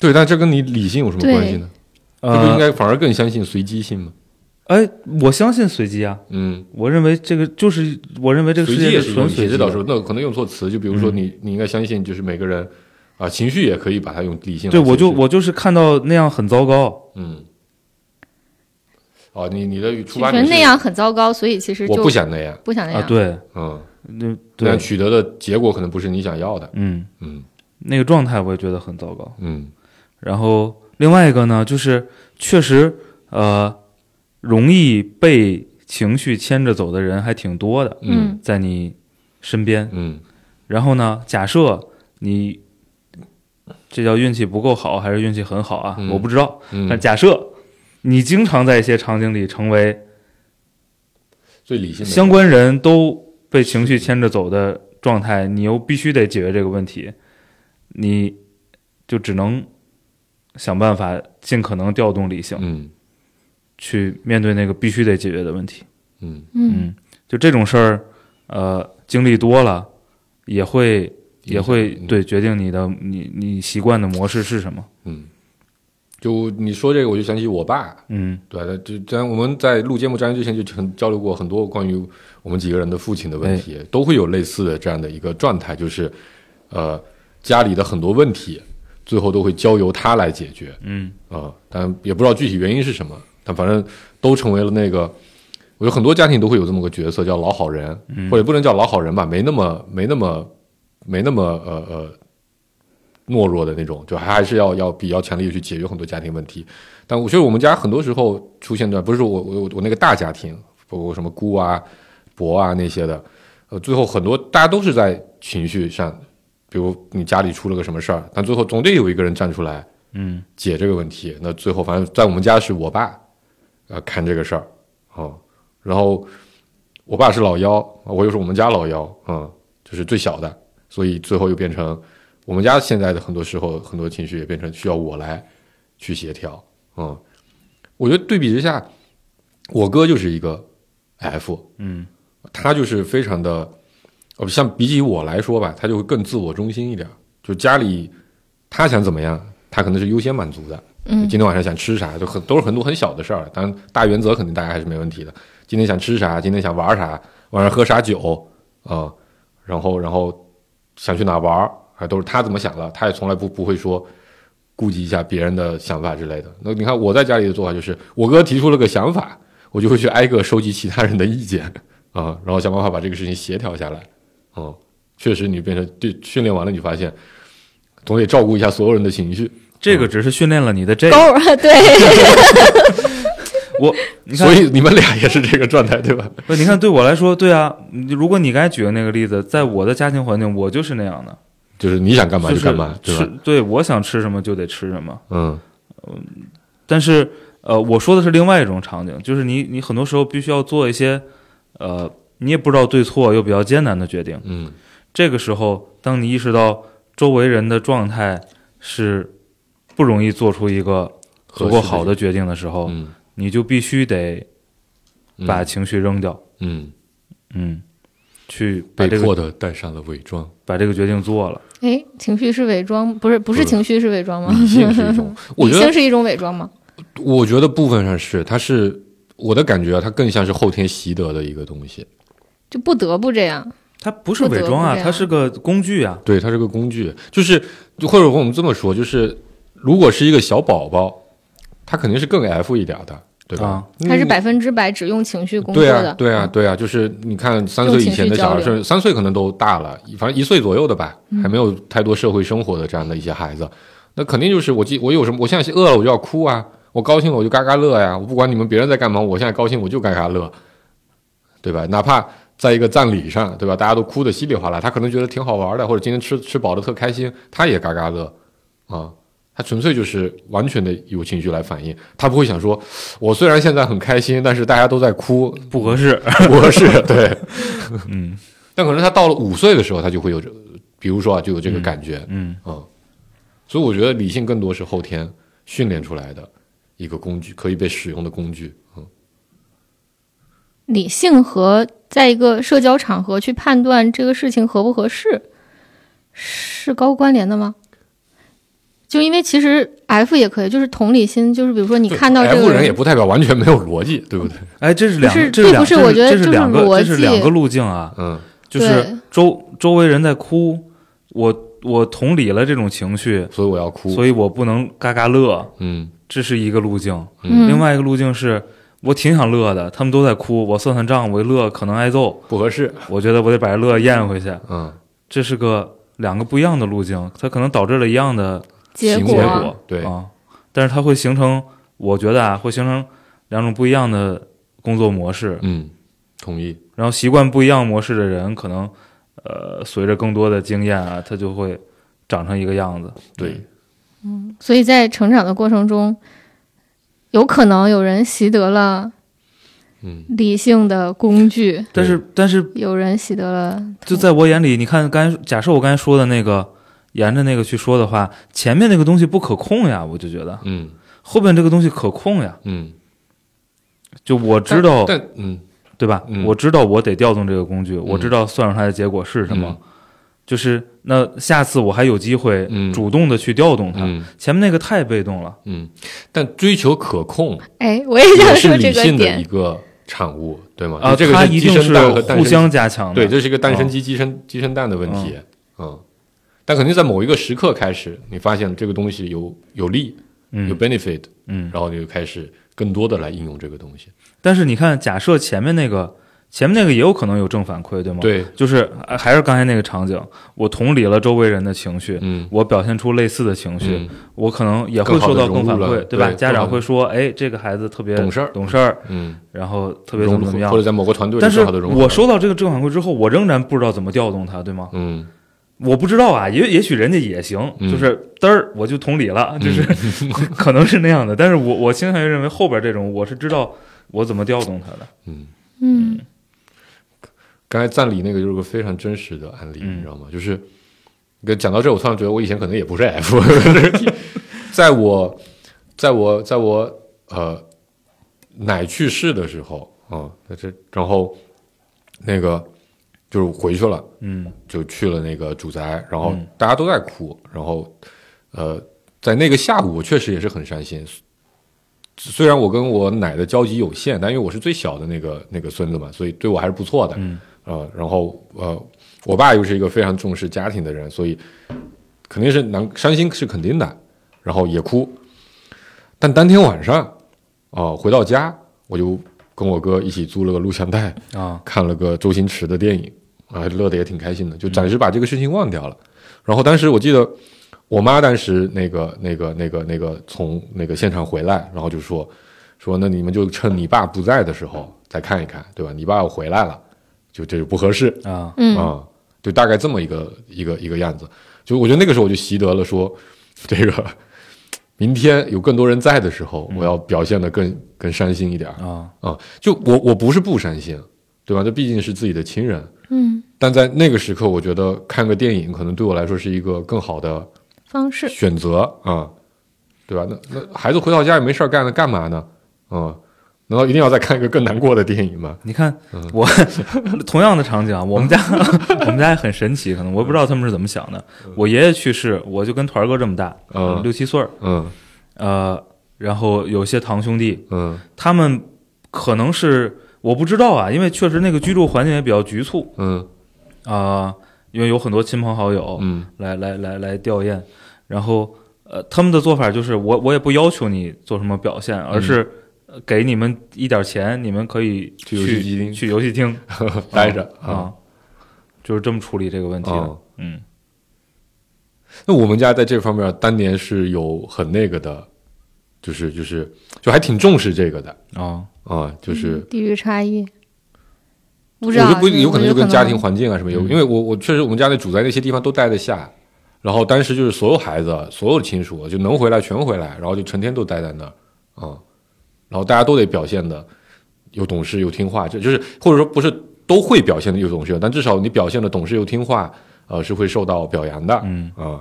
Speaker 4: 对，但这跟你理性有什么关系呢？这不应
Speaker 3: 呃
Speaker 4: 该反而更相信随机性吗？
Speaker 3: 哎，我相信随机啊，
Speaker 4: 嗯，
Speaker 3: 我认为这个就是我认为这个
Speaker 4: 随
Speaker 3: 世
Speaker 4: 机
Speaker 3: 界
Speaker 4: 也
Speaker 3: 是
Speaker 4: 是一种
Speaker 3: 纯
Speaker 4: 体
Speaker 3: 随
Speaker 4: 制
Speaker 3: 机
Speaker 4: 导
Speaker 3: 的。嗯
Speaker 4: 师，那可能用错词，就比如说你，你应该相信，就是每个人啊、情绪也可以把它用理性来
Speaker 3: 对，我
Speaker 4: 解
Speaker 3: 就
Speaker 4: 释
Speaker 3: 我就是看到那样很糟糕，
Speaker 4: 嗯，哦，你你的出
Speaker 5: 只
Speaker 4: 发
Speaker 5: 是
Speaker 4: 点是
Speaker 5: 那样很糟糕，所以其实
Speaker 4: 我
Speaker 5: 就
Speaker 4: 不想那样，
Speaker 5: 不想那
Speaker 3: 啊，
Speaker 5: 样。
Speaker 3: 对，
Speaker 4: 嗯，
Speaker 3: 那
Speaker 4: 但
Speaker 3: 对，
Speaker 4: 取得的结果可能不是你想要的，
Speaker 3: 嗯，
Speaker 4: 嗯
Speaker 3: 那个状态我也觉得很糟糕。
Speaker 4: 嗯
Speaker 3: 然后另外一个呢，就是确实呃，容易被情绪牵着走的人还挺多的，
Speaker 4: 嗯
Speaker 3: 在你身边。
Speaker 4: 嗯
Speaker 3: 然后呢，假设你这叫运气不够好还是运气很好啊？
Speaker 4: 嗯
Speaker 3: 我不知道。但
Speaker 4: 嗯，
Speaker 3: 假设你经常在一些场景里成为
Speaker 4: 最理性的
Speaker 3: 相关人都被情绪牵着走的状态，你又必须得解决这个问题，你就只能想办法尽可能调动理性。
Speaker 4: 嗯
Speaker 3: 去面对那个必须得解决的问题。
Speaker 4: 嗯，
Speaker 5: 嗯，
Speaker 3: 嗯，就这种事儿，呃，经历多了也会也会
Speaker 4: 嗯，
Speaker 3: 对决定你的你你习惯的模式是什么。
Speaker 4: 嗯，就你说这个，我就想起我爸，
Speaker 3: 嗯
Speaker 4: 对的，就咱我们在录节目之前之前就很交流过很多关于我们几个人的父亲的问题，都会有类似的这样的一个状态，就是呃家里的很多问题最后都会交由他来解决
Speaker 3: 嗯
Speaker 4: 啊、但也不知道具体原因是什么，但反正都成为了那个，我有很多家庭都会有这么个角色叫老好人，或者不能叫老好人吧，没那么没那么没那么呃呃懦弱的那种，就还还是要要比较强力的去解决很多家庭问题。但我觉得我们家很多时候出现的不是我我我我那个大家庭，包括什么姑啊、伯啊那些的，呃，最后很多大家都是在情绪上，比如你家里出了个什么事儿，但最后总得有一个人站出来
Speaker 3: 嗯
Speaker 4: 解这个问题。那最后反正在我们家是我爸，呃，看这个事儿啊、然后我爸是老幺，我又是我们家老幺啊、嗯就是最小的，所以最后又变成我们家现在的很多时候很多情绪也变成需要我来去协调啊、嗯我觉得对比之下，我哥就是一个 F，
Speaker 3: 嗯
Speaker 4: 他就是非常的，呃，像比起我来说吧，他就会更自我中心一点儿。就家里他想怎么样，他可能是优先满足的。
Speaker 5: 嗯
Speaker 4: 今天晚上想吃啥，就很都是很多很小的事儿。当然，大原则肯定大家还是没问题的。今天想吃啥，今天想玩啥，晚上喝啥酒啊、然后然后想去哪玩儿，还都是他怎么想的，他也从来不不会说顾及一下别人的想法之类的。那你看我在家里的做法就是，我哥提出了个想法，我就会去挨个收集其他人的意见啊、 (laughs) 然后想办法把这个事情协调下来。嗯，确实你变成对训练完了，你发现总得照顾一下所有人的情绪。
Speaker 3: 这个只是训练了你的这
Speaker 5: 勾
Speaker 3: 个。
Speaker 5: 儿 (laughs) 对，
Speaker 3: 我你看
Speaker 4: 所，以你们俩也是这个状态，对 (laughs) 吧？
Speaker 3: 不你看对我来说，对啊，你如果你刚才举的那个例子，在我的家庭环境，我就是那样的，
Speaker 4: 就是你想干嘛
Speaker 3: 就
Speaker 4: 就是干嘛，对
Speaker 3: 吃
Speaker 4: 吧？
Speaker 3: 对我想吃什么就得吃什么。
Speaker 4: 嗯
Speaker 3: 但是呃，我说的是另外一种场景，就是你你很多时候必须要做一些呃，你也不知道对错又比较艰难的决定。
Speaker 4: 嗯
Speaker 3: 这个时候，当你意识到周围人的状态是不容易做出一个足够好的决定的时候，
Speaker 4: 嗯，
Speaker 3: 你就必须得
Speaker 4: 嗯
Speaker 3: 把情绪扔掉，
Speaker 4: 嗯
Speaker 3: 嗯，去把
Speaker 4: 被
Speaker 3: 这
Speaker 4: 迫
Speaker 3: 个
Speaker 4: 的戴上了伪装，
Speaker 3: 把这个决定做了。
Speaker 5: 哎，情绪是伪装，不是不是
Speaker 4: 不是
Speaker 5: 情绪是伪装吗？
Speaker 4: (laughs) 理性是一种，我
Speaker 5: 理
Speaker 4: 觉
Speaker 5: 性
Speaker 4: 得
Speaker 5: 是一种伪装吗？
Speaker 4: 我觉得部分上是，它是我的感觉啊，它更像是后天习得的一个东西。
Speaker 5: 就不得不这样。
Speaker 3: 它不是
Speaker 5: 不得
Speaker 3: 伪装啊
Speaker 5: 不这，样
Speaker 3: 它是个工具啊。
Speaker 4: 对，它是个工具，就是就或者我们这么说，就是如果是一个小宝宝，他肯定是更 F 一点儿的，对吧
Speaker 3: 啊？
Speaker 5: 他是
Speaker 4: 嗯
Speaker 5: 百分之百只用情绪工作
Speaker 4: 对
Speaker 5: 的
Speaker 4: 啊，。对啊，对啊，就是你看三
Speaker 5: 用
Speaker 4: 岁以
Speaker 5: 情
Speaker 4: 前
Speaker 5: 绪
Speaker 4: 的小
Speaker 5: 交
Speaker 4: 孩，
Speaker 5: 流嗯
Speaker 4: 甚至三岁可能都大了，反正一岁左右的吧，还没有太多社会生活的这样的一些孩子，那肯定就是我记我有什么，我现在饿了我就要哭啊，我高兴了我就嘎嘎乐啊呀，我不管你们别人在干嘛，我现在高兴我就嘎嘎乐，对吧？哪怕在一个葬礼上，对吧？大家都哭得稀里哗啦，他可能觉得挺好玩的，或者今天吃吃饱的特开心，他也嘎嘎乐啊。他纯粹就是完全的有情绪来反应，他不会想说，我虽然现在很开心，但是大家都在哭，
Speaker 5: 嗯
Speaker 3: 不合适，
Speaker 4: (laughs) 博士，
Speaker 3: (laughs)
Speaker 4: 对，
Speaker 3: 嗯
Speaker 4: 但可能他到了五岁的时候，他就会有这，比如说啊，就有这个感觉，
Speaker 3: 嗯，
Speaker 4: 嗯，所以我觉得理性更多是后天训练出来的一个工具，可以被使用的工具，嗯
Speaker 5: 理性和在一个社交场合去判断这个事情合不合适是高关联的吗？就因为其实 F 也可以，就是同理心，就是比如说你
Speaker 4: 对
Speaker 5: 看到这个
Speaker 4: F 人也不代表完全没有逻辑，对不对？
Speaker 3: 哎，这是两，
Speaker 5: 不是
Speaker 3: 这是
Speaker 5: 这
Speaker 3: 两，
Speaker 5: 不是
Speaker 3: 这
Speaker 5: 我觉得
Speaker 3: 这
Speaker 5: 就是
Speaker 3: 是两个，
Speaker 5: 逻
Speaker 3: 这是
Speaker 5: 辑
Speaker 3: 两个路径啊。
Speaker 4: 嗯
Speaker 3: 就
Speaker 5: 对
Speaker 3: 是周周围人在哭，我我同理了这种情绪，，
Speaker 4: 所以我要哭。
Speaker 3: 所
Speaker 4: 以，
Speaker 3: 以我不能嘎嘎乐，
Speaker 4: 嗯
Speaker 3: 这是一个路径。
Speaker 5: 嗯
Speaker 3: 另外一个路径是我挺想乐的，他们都在哭，我算算账，我一乐可能挨揍，
Speaker 4: 不合适。
Speaker 3: 我觉得我得把这乐咽回去。
Speaker 4: 嗯，
Speaker 3: 这是个两个不一样的路径，它可能导致了一样的
Speaker 5: 结
Speaker 4: 行
Speaker 3: 结
Speaker 4: 为
Speaker 5: 果，
Speaker 4: 对
Speaker 3: 啊，但是它会形成，我觉得啊，会形成两种不一样的工作模式。
Speaker 4: 嗯，同意。
Speaker 3: 然后习惯不一样模式的人，可能呃，随着更多的经验啊，他就会长成一个样子。
Speaker 4: 对，
Speaker 5: 所以在成长的过程中，有可能有人习得了
Speaker 4: 嗯，
Speaker 5: 理性的工具，
Speaker 3: 但是但是
Speaker 5: 有人习得了
Speaker 3: 就在我眼里，你看刚才假设我刚才说的那个，沿着那个去说的话，前面那个东西不可控呀，我就觉得
Speaker 4: 嗯
Speaker 3: 后边这个东西可控呀。
Speaker 4: 嗯，
Speaker 3: 就我知道，
Speaker 4: 但嗯
Speaker 3: 对吧？
Speaker 4: 嗯
Speaker 3: 我知道我得调动这个工具，我知道算出它的结果是什么。
Speaker 4: 嗯
Speaker 3: 就是那下次我还有机会
Speaker 4: 嗯
Speaker 3: 主动的去调动它，
Speaker 4: 嗯
Speaker 3: 前面那个太被动了。
Speaker 4: 嗯，但追求可控
Speaker 5: 哎，我 (laughs) 也想
Speaker 4: 也是
Speaker 5: 说
Speaker 4: 理
Speaker 5: 这个
Speaker 4: 性的一
Speaker 5: 点，
Speaker 4: 个产物，对吗？
Speaker 3: 啊，
Speaker 4: 这个
Speaker 3: 它
Speaker 4: 是
Speaker 3: 一
Speaker 4: 鸡
Speaker 3: 定
Speaker 4: 生
Speaker 3: 是
Speaker 4: 蛋和蛋
Speaker 3: 互
Speaker 4: 生鸡
Speaker 3: 相加强的。
Speaker 4: 对，这是一个蛋生
Speaker 3: 啊
Speaker 4: 鸡、鸡生鸡生蛋的问题。嗯，但肯定在某一个时刻开始，你发现这个东西有有利、有
Speaker 3: 嗯
Speaker 4: benefit，
Speaker 3: 嗯。
Speaker 4: 然后你就开始更多的来应用这个东西。
Speaker 3: 但是你看，假设前面那个，前面那个也有可能有正反馈，对吗？，
Speaker 4: 对，
Speaker 3: 就是呃还是刚才那个场景，我同理了周围人的情绪，
Speaker 4: 嗯，
Speaker 3: 我表现出类似的情绪，
Speaker 4: 嗯
Speaker 3: 我可能也会受到更
Speaker 4: 更
Speaker 3: 反
Speaker 4: 好地融入了
Speaker 3: 馈，对吧？
Speaker 4: 对
Speaker 3: 家长
Speaker 4: 更好
Speaker 3: 会
Speaker 4: 地
Speaker 3: 说，哎，这个孩子特别
Speaker 4: 懂事儿
Speaker 3: 懂事儿，
Speaker 4: 嗯，
Speaker 3: 然后特
Speaker 4: 特
Speaker 3: 别怎么怎么样
Speaker 4: 或者。在某个团队里
Speaker 3: 但是
Speaker 4: 更好的融合
Speaker 3: 我收到这个正反馈之后，我仍然不知道怎么调动它，对吗？
Speaker 4: 嗯
Speaker 3: 我不知道啊，也也许人家也行，
Speaker 4: 嗯
Speaker 3: 就是嘚儿我就同理了，就是
Speaker 4: (laughs)
Speaker 3: 可能是那样的。但是我我倾向于认为后边这种我是知道我怎么调动它的。
Speaker 4: 嗯，
Speaker 5: 嗯
Speaker 4: 刚才赞礼那个就是个非常真实的案例，
Speaker 3: 嗯
Speaker 4: 你知道吗？就是跟讲到这，我突然觉得我以前可能也不是 F，在我在我在我呃奶去世的时候啊，在、这然后那个就是回去了。
Speaker 3: 嗯
Speaker 4: 就去了那个主宅，然后
Speaker 3: 嗯
Speaker 4: 大家都在哭，然后呃，在那个下午我确实也是很伤心。虽然我跟我奶的交集有限，但因为我是最小的那个那个孙子嘛，所以对我还是不错的。
Speaker 3: 嗯
Speaker 4: 呃，然后呃，我爸又是一个非常重视家庭的人，所以肯定是难伤心是肯定的，然后也哭。但当天晚上，哦、回到家我就跟我哥一起租了个录像带，
Speaker 3: 啊
Speaker 4: 看了个周星驰的电影，啊，乐得也挺开心的，就暂时把这个事情忘掉了。然后当时我记得我妈当时那个那个那个那个从那个现场回来，然后就说说那你们就趁你爸不在的时候再看一看，对吧？你爸要回来了，就这就不合适
Speaker 3: 啊
Speaker 4: 啊、
Speaker 5: 嗯
Speaker 4: 就大概这么一个一个一个样子。就我觉得那个时候我就习得了说这个。明天有更多人在的时候，我要表现得更更伤心一点儿
Speaker 3: 啊
Speaker 4: 啊、就我我不是不伤心，对吧？这毕竟是自己的亲人，
Speaker 5: 嗯，
Speaker 4: 但在那个时刻，我觉得看个电影可能对我来说是一个更好的
Speaker 5: 方式
Speaker 4: 选择啊、对吧？那那孩子回到家也没事儿干了，干嘛呢？嗯、难道一定要再看一个更难过的电影吗？
Speaker 3: 你看我同样的场景啊，我们家 (laughs) 我们家也很神奇，可能我也不知道他们是怎么想的。我爷爷去世，我就跟团儿哥这么大，
Speaker 4: 嗯
Speaker 3: 六七岁儿，
Speaker 4: 嗯
Speaker 3: 呃，然后有些堂兄弟，
Speaker 4: 嗯
Speaker 3: 他们可能是我不知道啊，因为确实那个居住环境也比较局促
Speaker 4: 嗯
Speaker 3: 啊、因为有很多亲朋好友
Speaker 4: 嗯
Speaker 3: 来、来来来吊唁，然后呃，他们的做法就是我我也不要求你做什么表现，
Speaker 4: 嗯
Speaker 3: 而是呃给你们一点钱，你们可以
Speaker 4: 去
Speaker 3: 去
Speaker 4: 游戏机厅
Speaker 3: 去游戏厅
Speaker 4: 待着
Speaker 3: 啊、就是这么处理这个问题的。
Speaker 4: 哦
Speaker 3: 嗯，
Speaker 4: 那我们家在这方面当年是有很那个的，就是就是就还挺重视这个的
Speaker 3: 哦，
Speaker 4: 啊、就是。
Speaker 5: 嗯地域差异，不知
Speaker 4: 我
Speaker 5: 道
Speaker 4: 就不有
Speaker 5: 可
Speaker 4: 可能就跟
Speaker 5: 能
Speaker 4: 家庭环境啊什么有，因为我我确实我们家那主在那些地方都待得下，然后当时就是所有孩子所有的亲属就能回来全回来，然后就成天都待在那儿啊、嗯然后大家都得表现的又懂事又听话，这就是或者说不是都会表现的又懂事，但至少你表现的懂事又听话，呃是会受到表扬的，
Speaker 3: 嗯
Speaker 4: 啊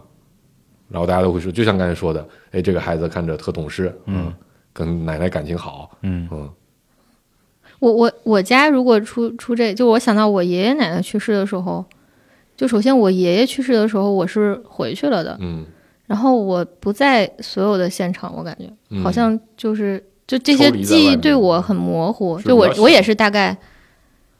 Speaker 4: 然后大家都会说，就像刚才说的，哎，这个孩子看着特懂事，嗯，跟奶奶感情好，
Speaker 3: 嗯
Speaker 4: 嗯
Speaker 5: 我我我家如果出出这，就我想到我爷爷奶奶去世的时候，就首先我爷爷去世的时候我是回去了的，
Speaker 4: 嗯
Speaker 5: 然后我不在所有的现场，我感觉
Speaker 4: 嗯
Speaker 5: 好像就是就这
Speaker 4: 抽
Speaker 5: 些
Speaker 4: 离在
Speaker 5: 记
Speaker 4: 外
Speaker 5: 忆
Speaker 4: 面嗯
Speaker 5: 对我很模糊，
Speaker 4: 是
Speaker 5: 就
Speaker 4: 比
Speaker 5: 我
Speaker 4: 较小
Speaker 5: 我也是大概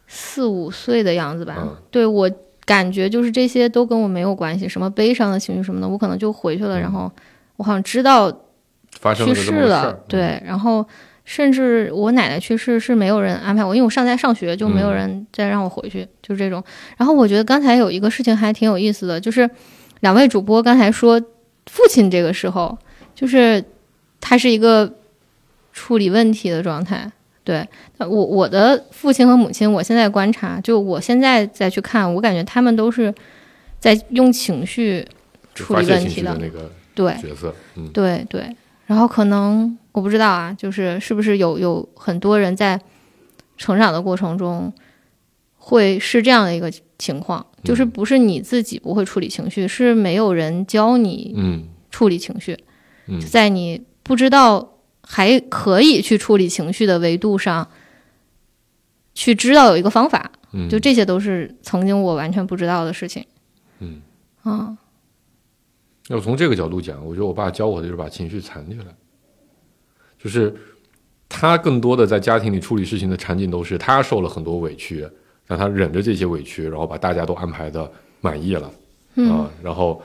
Speaker 5: 四五岁的样子吧，
Speaker 4: 嗯
Speaker 5: 对我感觉就是这些都跟我没有关系，什么悲伤的情绪什么的，我可能就回去了，
Speaker 4: 嗯
Speaker 5: 然后我好像知道
Speaker 4: 发生
Speaker 5: 去
Speaker 4: 了这
Speaker 5: 世
Speaker 4: 么个事儿嗯
Speaker 5: 了，，对，然后甚至我奶奶去世是没有人安排我，因为我上在上学就没有
Speaker 4: 嗯
Speaker 5: 人再让我回去，就这种。然后我觉得刚才有一个事情还挺有意思的，就是两位主播刚才说父亲这个时候，就是他是一个处理问题的状态。对，那我我的父亲和母亲，我现在观察，就我现在再去看，我感觉他们都是在用情绪
Speaker 4: 就
Speaker 5: 处
Speaker 4: 发
Speaker 5: 理
Speaker 4: 泄
Speaker 5: 问
Speaker 4: 情
Speaker 5: 题
Speaker 4: 绪
Speaker 5: 的
Speaker 4: 的，那个
Speaker 5: 对，
Speaker 4: 角色，嗯，
Speaker 5: 对对，然后可能我不知道啊，就是是不是有有很多人在成长的过程中会是这样的一个情况，就是
Speaker 4: 嗯
Speaker 5: 不是你自己不会处理情绪，是没有人教你
Speaker 4: 嗯
Speaker 5: 处理情绪，
Speaker 4: 嗯
Speaker 5: 就在你不知道还可以去处理情绪的维度上，去知道有一个方法，
Speaker 4: 嗯，
Speaker 5: 就这些都是曾经我完全不知道的事情。
Speaker 4: 嗯，
Speaker 5: 啊，
Speaker 4: 要从这个角度讲，我觉得我爸教我的就是把情绪藏起来，就是他更多的在家庭里处理事情的场景都是他受了很多委屈，但他忍着这些委屈，然后把大家都安排的满意了啊、
Speaker 5: 嗯
Speaker 4: 然后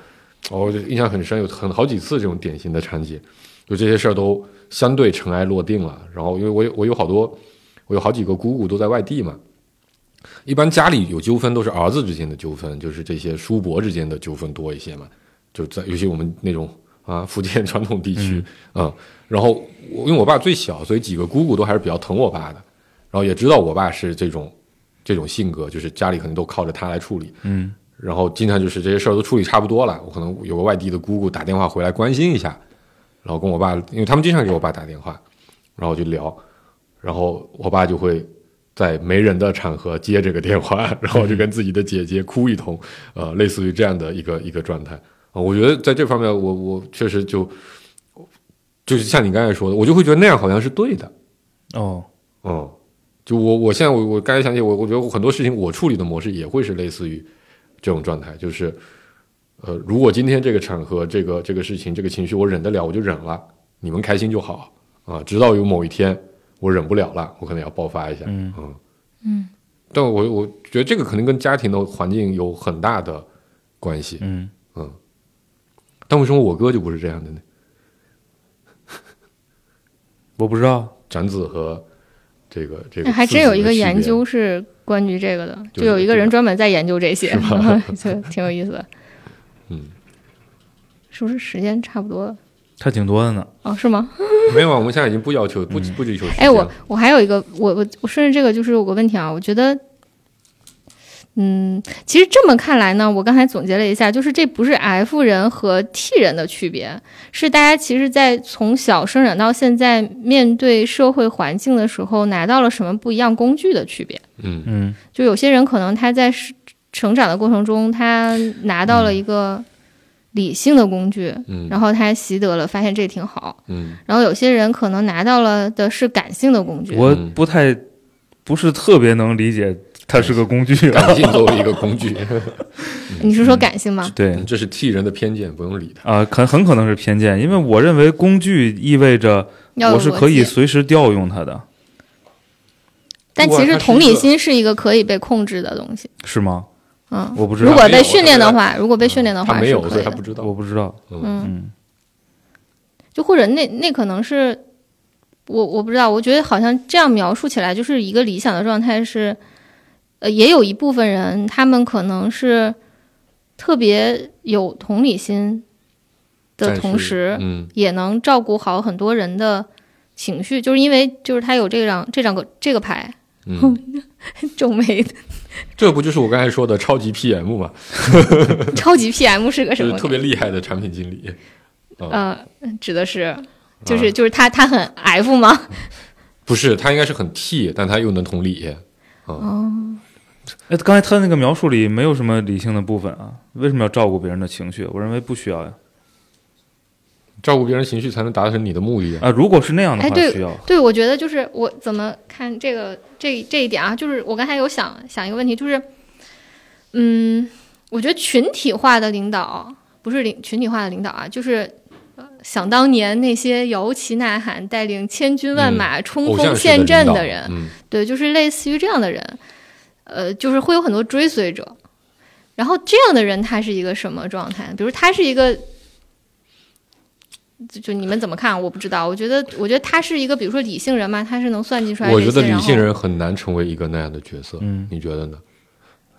Speaker 4: 哦我就印象很深，有很好几次这种典型的场景，就这些事儿都相对尘埃落定了。然后因为我有我有好多，我有好几个姑姑都在外地嘛。一般家里有纠纷都是儿子之间的纠纷，就是这些叔伯之间的纠纷多一些嘛。就在尤其我们那种啊福建传统地区啊、嗯然后我因为我爸最小，所以几个姑姑都还是比较疼我爸的，然后也知道我爸是这种这种性格，就是家里可能都靠着他来处理，
Speaker 3: 嗯
Speaker 4: 然后经常就是这些事儿都处理差不多了，我可能有个外地的姑姑打电话回来关心一下，然后跟我爸，因为他们经常给我爸打电话，然后就聊，然后我爸就会在没人的场合接这个电话， (laughs) 然后就跟自己的姐姐哭一通，呃，类似于这样的一个一个状态啊、我觉得在这方面我，我确实就就是像你刚才说的，我就会觉得那样好像是对的，
Speaker 3: 哦
Speaker 4: 嗯，就我我现在我我刚才想起我我觉得我很多事情我处理的模式也会是类似于这种状态，就是呃，如果今天这个场合、这个这个事情、这个情绪我忍得了，我就忍了，你们开心就好啊。直到有某一天我忍不了了，我可能要爆发一下，
Speaker 3: 嗯
Speaker 4: 嗯
Speaker 5: 嗯
Speaker 4: 但我我觉得这个可能跟家庭的环境有很大的关系，
Speaker 3: 嗯，
Speaker 4: 但为什么我哥就不是这样的呢？
Speaker 3: 我不知道，
Speaker 4: 展子和这个这个
Speaker 5: 那还
Speaker 4: 次子
Speaker 5: 真有一
Speaker 4: 的
Speaker 5: 个
Speaker 4: 区
Speaker 5: 研
Speaker 4: 别
Speaker 5: 究是关于这个的，
Speaker 4: 就
Speaker 5: 就有一个
Speaker 4: 是
Speaker 5: 人专门在研究这些， (laughs) 就挺有意思的。
Speaker 4: 嗯，
Speaker 5: 是不是时间差不多了？
Speaker 3: 还挺多的呢。
Speaker 5: 哦，是吗？
Speaker 4: 没有啊，我们现在已经不要求不不追求时
Speaker 5: 哎，
Speaker 4: 间
Speaker 5: 我
Speaker 4: 了
Speaker 5: 我还有一个，我我我顺着这个就是有个问题啊，我觉得，嗯，其实这么看来呢，我刚才总结了一下，就是这不是 F 人和 T 人的区别，是大家其实，在从小生长到现在，面对社会环境的时候，拿到了什么不一样工具的区别。
Speaker 4: 嗯
Speaker 3: 嗯，
Speaker 5: 就有些人可能他在是成长的过程中，他拿到了一个理性的工具，
Speaker 4: 嗯
Speaker 5: 然后他习得了，发现这挺好。
Speaker 4: 嗯
Speaker 5: 然后有些人可能拿到了的是感性的工具，
Speaker 3: 嗯
Speaker 4: 嗯
Speaker 3: 我不太不是特别能理解，它是个工具啊。
Speaker 4: 感性作为一个工具，
Speaker 5: 你是说感性吗？
Speaker 3: (laughs) 对
Speaker 4: 嗯这是替人的偏见，不用理他。
Speaker 3: 啊，很很可能是偏见，因为我认为工具意味着
Speaker 5: 要有
Speaker 3: 我是
Speaker 5: 逻
Speaker 3: 可以
Speaker 5: 辑
Speaker 3: 随时调用它的，
Speaker 5: 但
Speaker 4: 不过
Speaker 5: 其实
Speaker 4: 它是
Speaker 5: 同
Speaker 4: 一
Speaker 5: 理
Speaker 4: 个
Speaker 5: 心是一个可以被控制的东西。
Speaker 3: 是吗？
Speaker 5: 嗯，
Speaker 3: 我不知
Speaker 5: 如
Speaker 3: 道，
Speaker 5: 果
Speaker 4: 没有
Speaker 5: 被
Speaker 4: 我
Speaker 5: 训
Speaker 4: 特
Speaker 5: 练的
Speaker 4: 别
Speaker 5: 话，如果被训练的
Speaker 4: 他
Speaker 5: 话
Speaker 4: 没
Speaker 5: 是
Speaker 4: 有，
Speaker 5: 可
Speaker 4: 所
Speaker 5: 以
Speaker 4: 以他
Speaker 5: 的
Speaker 4: 不。知道
Speaker 3: 我。不知道。
Speaker 5: 嗯，
Speaker 3: 嗯
Speaker 5: 就或者那那可能是我我不知道，我觉得好像这样描述起来就是一个理想的状态是，呃，也有一部分人他们可能是特别有同理心
Speaker 4: 但
Speaker 5: 的
Speaker 4: 是
Speaker 5: 同时，
Speaker 4: 嗯
Speaker 5: 也能照顾好很多人的情绪，就是因为就是他有这张这张个这个牌
Speaker 4: 嗯，
Speaker 5: 皱眉，
Speaker 4: 这不就是我刚才说的超级 PM 嘛？
Speaker 5: 超级 PM 是个什
Speaker 4: 就是
Speaker 5: 么？
Speaker 4: 特别厉害的产品经理。啊，
Speaker 5: 呃，指的是
Speaker 4: 嗯
Speaker 5: 就是就是他他很 F 吗？
Speaker 4: 不是，他应该是很 T，但他又能同理。
Speaker 3: 哎，刚才他那个描述里没有什么理性的部分啊，为什么要照顾别人的情绪？我认为不需要呀。
Speaker 4: 照顾别人情绪才能达成你的目的啊！
Speaker 3: 啊，如果是那样的
Speaker 5: 哎
Speaker 3: 话，
Speaker 5: 对
Speaker 3: 需
Speaker 4: 嗯
Speaker 3: 要。
Speaker 5: 对，我觉得就是我怎么看这个这这一点啊，就是我刚才有想想一个问题，就是，嗯，我觉得群体化的领导不是领群体化的领导啊，就是呃想当年那些摇旗呐喊、带领千军万马冲
Speaker 4: 嗯偶像
Speaker 5: 锋
Speaker 4: 式
Speaker 5: 陷阵
Speaker 4: 领导
Speaker 5: 的人，
Speaker 4: 嗯，
Speaker 5: 对，就是类似于这样的人，呃，就是会有很多追随者。然后这样的人他是一个什么状态？比如他是一个，就就你们怎么看？我不知道。我觉得，我觉得他是一个，比如说理性人嘛，他是能算计出来这
Speaker 4: 我
Speaker 5: 些。哦
Speaker 4: 觉得理
Speaker 5: 然后
Speaker 4: 性人很难成为一个那样的角色，
Speaker 3: 嗯，
Speaker 4: 你觉得呢？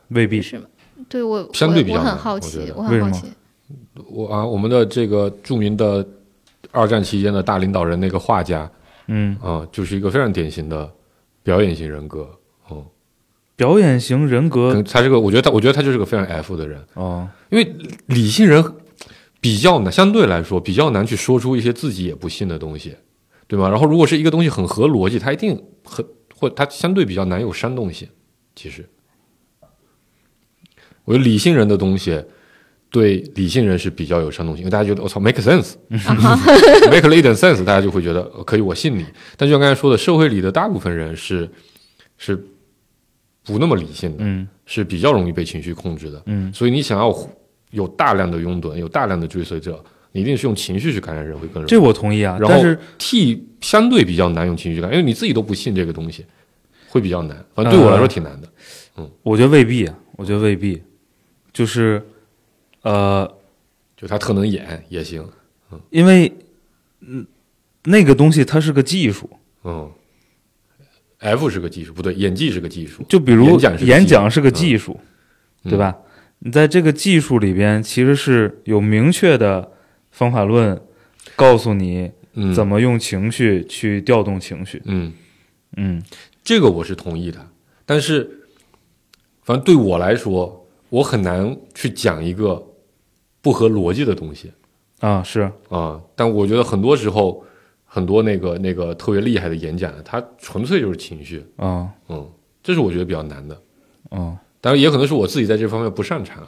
Speaker 3: 未必。
Speaker 5: 是吗？对我
Speaker 4: 相对比
Speaker 5: 我
Speaker 4: 较
Speaker 5: 我很
Speaker 4: 难
Speaker 5: 好
Speaker 4: 我
Speaker 5: 奇
Speaker 4: 觉，得
Speaker 5: 我
Speaker 3: 为什
Speaker 5: 很好
Speaker 3: 么
Speaker 5: 奇。
Speaker 4: 我啊，我们的这个著名的二战期间的大领导人那个画家
Speaker 3: 嗯，
Speaker 4: 啊、就是一个非常典型的表演型人格。嗯，
Speaker 3: 表演型人
Speaker 4: 可
Speaker 3: 格
Speaker 4: 能他是个，我觉得他，我觉得他就是个非常 F 的人，
Speaker 3: 哦，
Speaker 4: 因为理性人比较难，相对来说比较难去说出一些自己也不信的东西，对吗？然后如果是一个东西很合逻辑，他一定很或他相对比较难有煽动性。其实，我觉得理性人的东西对理性人是比较有煽动性，因为大家觉得我操 make
Speaker 5: 啊
Speaker 4: (laughs) sense，make 了一点 sense，大家就会觉得呃可以，我信你。但就像刚才说的，社会里的大部分人是是不那么理性的，
Speaker 3: 嗯
Speaker 4: 是比较容易被情绪控制的。
Speaker 3: 嗯
Speaker 4: 所以你想要有大量的拥趸，有大量的追随者，你一定是用情绪去感染人会更容易。
Speaker 3: 这我同意啊。
Speaker 4: 然
Speaker 3: 但
Speaker 4: 后
Speaker 3: 是
Speaker 4: 替相对比较难用情绪去感染，因为你自己都不信这个东西，会比较难。反正对我来
Speaker 3: 嗯
Speaker 4: 说挺难的。
Speaker 3: 我觉得未必啊，我觉得未必，就是呃，
Speaker 4: 就他特能演也行，
Speaker 3: 因为嗯，那个东西它是个技术，
Speaker 4: 嗯。F 是个技术，不对，演技是个技术。
Speaker 3: 就比如
Speaker 4: 演讲是个技术
Speaker 3: 演讲是个技术，
Speaker 4: 嗯
Speaker 3: 对吧？你在这个技术里边，其实是有明确的方法论，告诉你
Speaker 4: 嗯，
Speaker 3: 怎？么用情绪去调动情绪。
Speaker 4: 嗯，
Speaker 3: 嗯
Speaker 4: 这个我是同意的，但是，反正对我来说，我很难去讲一个不合逻辑的东西。
Speaker 3: 啊，是
Speaker 4: 啊、但我觉得很多时候，很多那个那个特别厉害的演讲，他纯粹就是情绪，
Speaker 3: 啊
Speaker 4: 嗯，这是我觉得比较难的。
Speaker 3: 啊，
Speaker 4: 当然，也可能是我自己在这方面不擅长。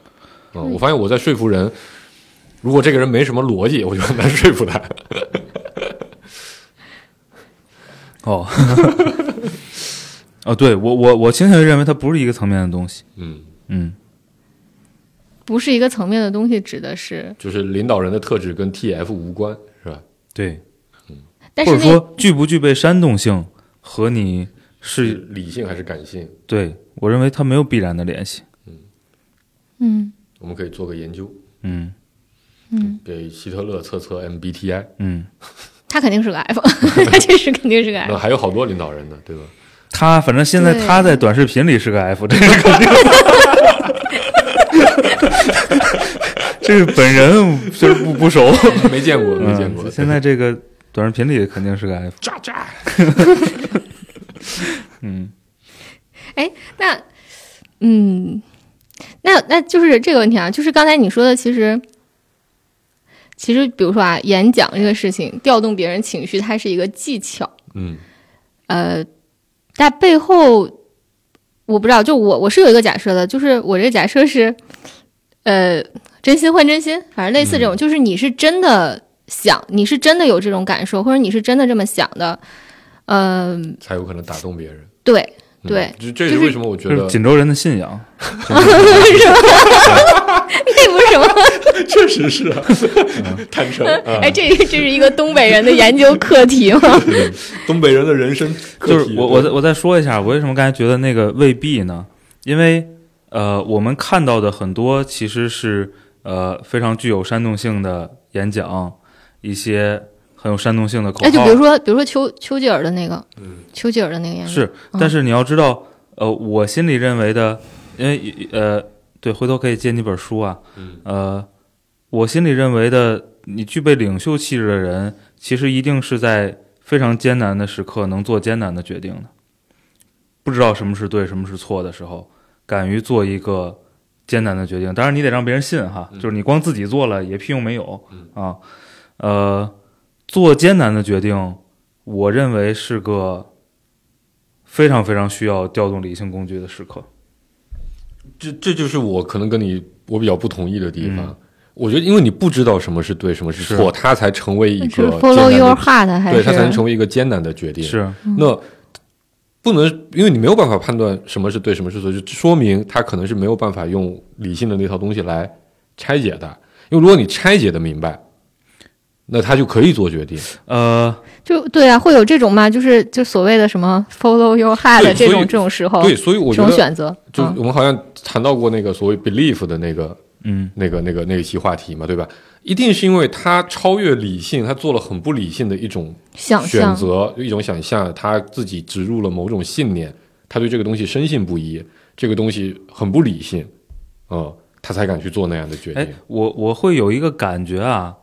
Speaker 4: 嗯，我发现我在说服人，如果这个人没什么逻辑，我就很难说服他。 (laughs)
Speaker 3: 哦，
Speaker 4: (laughs)
Speaker 3: 哦，对我我我倾向于认为它不是一个层面的东西。
Speaker 4: 嗯，
Speaker 3: 嗯，
Speaker 5: (laughs) 不是一个层面的东西，指的是，
Speaker 4: 就是领导人的特质跟 TF 无关，是吧？
Speaker 3: 对，
Speaker 5: 但
Speaker 3: 或
Speaker 5: 是
Speaker 3: 者
Speaker 5: 那
Speaker 3: 说具不具备煽动性和你
Speaker 4: 是
Speaker 3: 是
Speaker 4: 理性还是感性？
Speaker 3: 对我认为它没有必然的联系。
Speaker 5: 嗯
Speaker 4: 我们可以做个研究，
Speaker 3: 嗯
Speaker 5: 嗯，
Speaker 4: 给希特勒测测 MBTI。
Speaker 3: 嗯，
Speaker 5: 他肯定是个 F，
Speaker 4: (laughs)
Speaker 5: 他这是肯定是个 F
Speaker 4: 那。还有好多领导人呢，对吧？ (laughs)
Speaker 3: 他反正现在
Speaker 5: 对
Speaker 3: 他在短视频里是个 F，这是肯定。 (laughs) 这是本人就是不不熟，
Speaker 4: 没见过，没见过。
Speaker 3: 嗯。现在这个短视频里肯定是个 F。
Speaker 4: 渣渣，
Speaker 3: 嗯
Speaker 5: 那，嗯，那那就是这个问题啊，就是刚才你说的，其实，其实比如说啊，演讲这个事情，调动别人情绪，它是一个技巧，
Speaker 4: (laughs) 嗯
Speaker 5: 呃，但背后我不知道，就我我是有一个假设的，就是我这个假设是，呃，真心换真心，反正类似这种，就是你是真的想，你是真的有这种感受，或者你是真的这么想的，嗯、
Speaker 4: 才有可能打动别人。
Speaker 5: 对， (laughs)
Speaker 4: 嗯
Speaker 5: 对，
Speaker 4: 这这
Speaker 5: 就是是
Speaker 4: 为什么我觉
Speaker 3: 这是
Speaker 4: 得
Speaker 3: 锦州人的信仰。
Speaker 5: 那不是什么。
Speaker 4: (laughs) 确实是啊， (laughs) 坦
Speaker 5: (laughs)
Speaker 4: 诚啊，
Speaker 5: 哎，这这是一个东北人的研究课题吗？
Speaker 4: 东北人的人生
Speaker 3: 就
Speaker 4: 课题
Speaker 3: 是我我再我再说一下，我为什么刚才觉得那个未必呢？因为呃，我们看到的很多其实是呃非常具有煽动性的演讲，一些很有煽动性的口号。
Speaker 5: 哎，就比如说，比如说丘丘吉尔的那个，
Speaker 4: 嗯
Speaker 5: 丘吉尔的那个研究
Speaker 3: 是，
Speaker 5: 嗯
Speaker 3: 但是你要知道，呃，我心里认为的，因为呃，对，回头可以借你本书啊，
Speaker 4: 嗯
Speaker 3: 呃，我心里认为的，你具备领袖气质的人，其实一定是在非常艰难的时刻能做艰难的决定的，不知道什么是对，什么是错的时候，敢于做一个艰难的决定。当然，你得让别人信哈，
Speaker 4: 嗯
Speaker 3: 就是你光自己做了也屁用没有
Speaker 4: 嗯
Speaker 3: 啊。呃，做艰难的决定，我认为是个非常非常需要调动理性工具的时刻。
Speaker 4: 这这就是我可能跟你我比较不同意的地方
Speaker 3: 嗯。
Speaker 4: 我觉得，因为你不知道什么是对，什么是错，他才成为一
Speaker 5: 那
Speaker 4: 个
Speaker 5: 是
Speaker 4: 艰
Speaker 5: follow
Speaker 4: 难的，
Speaker 5: your heart 还
Speaker 4: 对他才能
Speaker 5: 是
Speaker 4: 成为一个艰难的决定。
Speaker 3: 是，
Speaker 5: 嗯
Speaker 4: 那不能，因为你没有办法判断什么是对，什么是错，就说明他可能是没有办法用理性的那套东西来拆解的。因为如果你拆解的明白，那他就可以做决定。
Speaker 3: 呃，
Speaker 5: 就对啊，会有这种嘛，就是就所谓的什么 follow your heart
Speaker 4: 对
Speaker 5: 这
Speaker 4: 所以
Speaker 5: 种这种时候，
Speaker 4: 对，所以我
Speaker 5: 这
Speaker 4: 觉
Speaker 5: 种
Speaker 4: 得，
Speaker 5: 选择，
Speaker 4: 就
Speaker 5: 嗯
Speaker 4: 我们好像谈到过那个所谓 belief 的那个
Speaker 3: 嗯，
Speaker 4: 那个、那个、那一期话题嘛，对吧？一定是因为他超越理性，他做了很不理性的一种
Speaker 5: 想
Speaker 4: 选
Speaker 5: 象，
Speaker 4: 择，一种想象，他自己植入了某种信念，他对这个东西深信不疑，这个东西很不理性，嗯，他才敢去做那样的决
Speaker 3: 哎
Speaker 4: 定。，
Speaker 3: 我我会有一个感觉啊，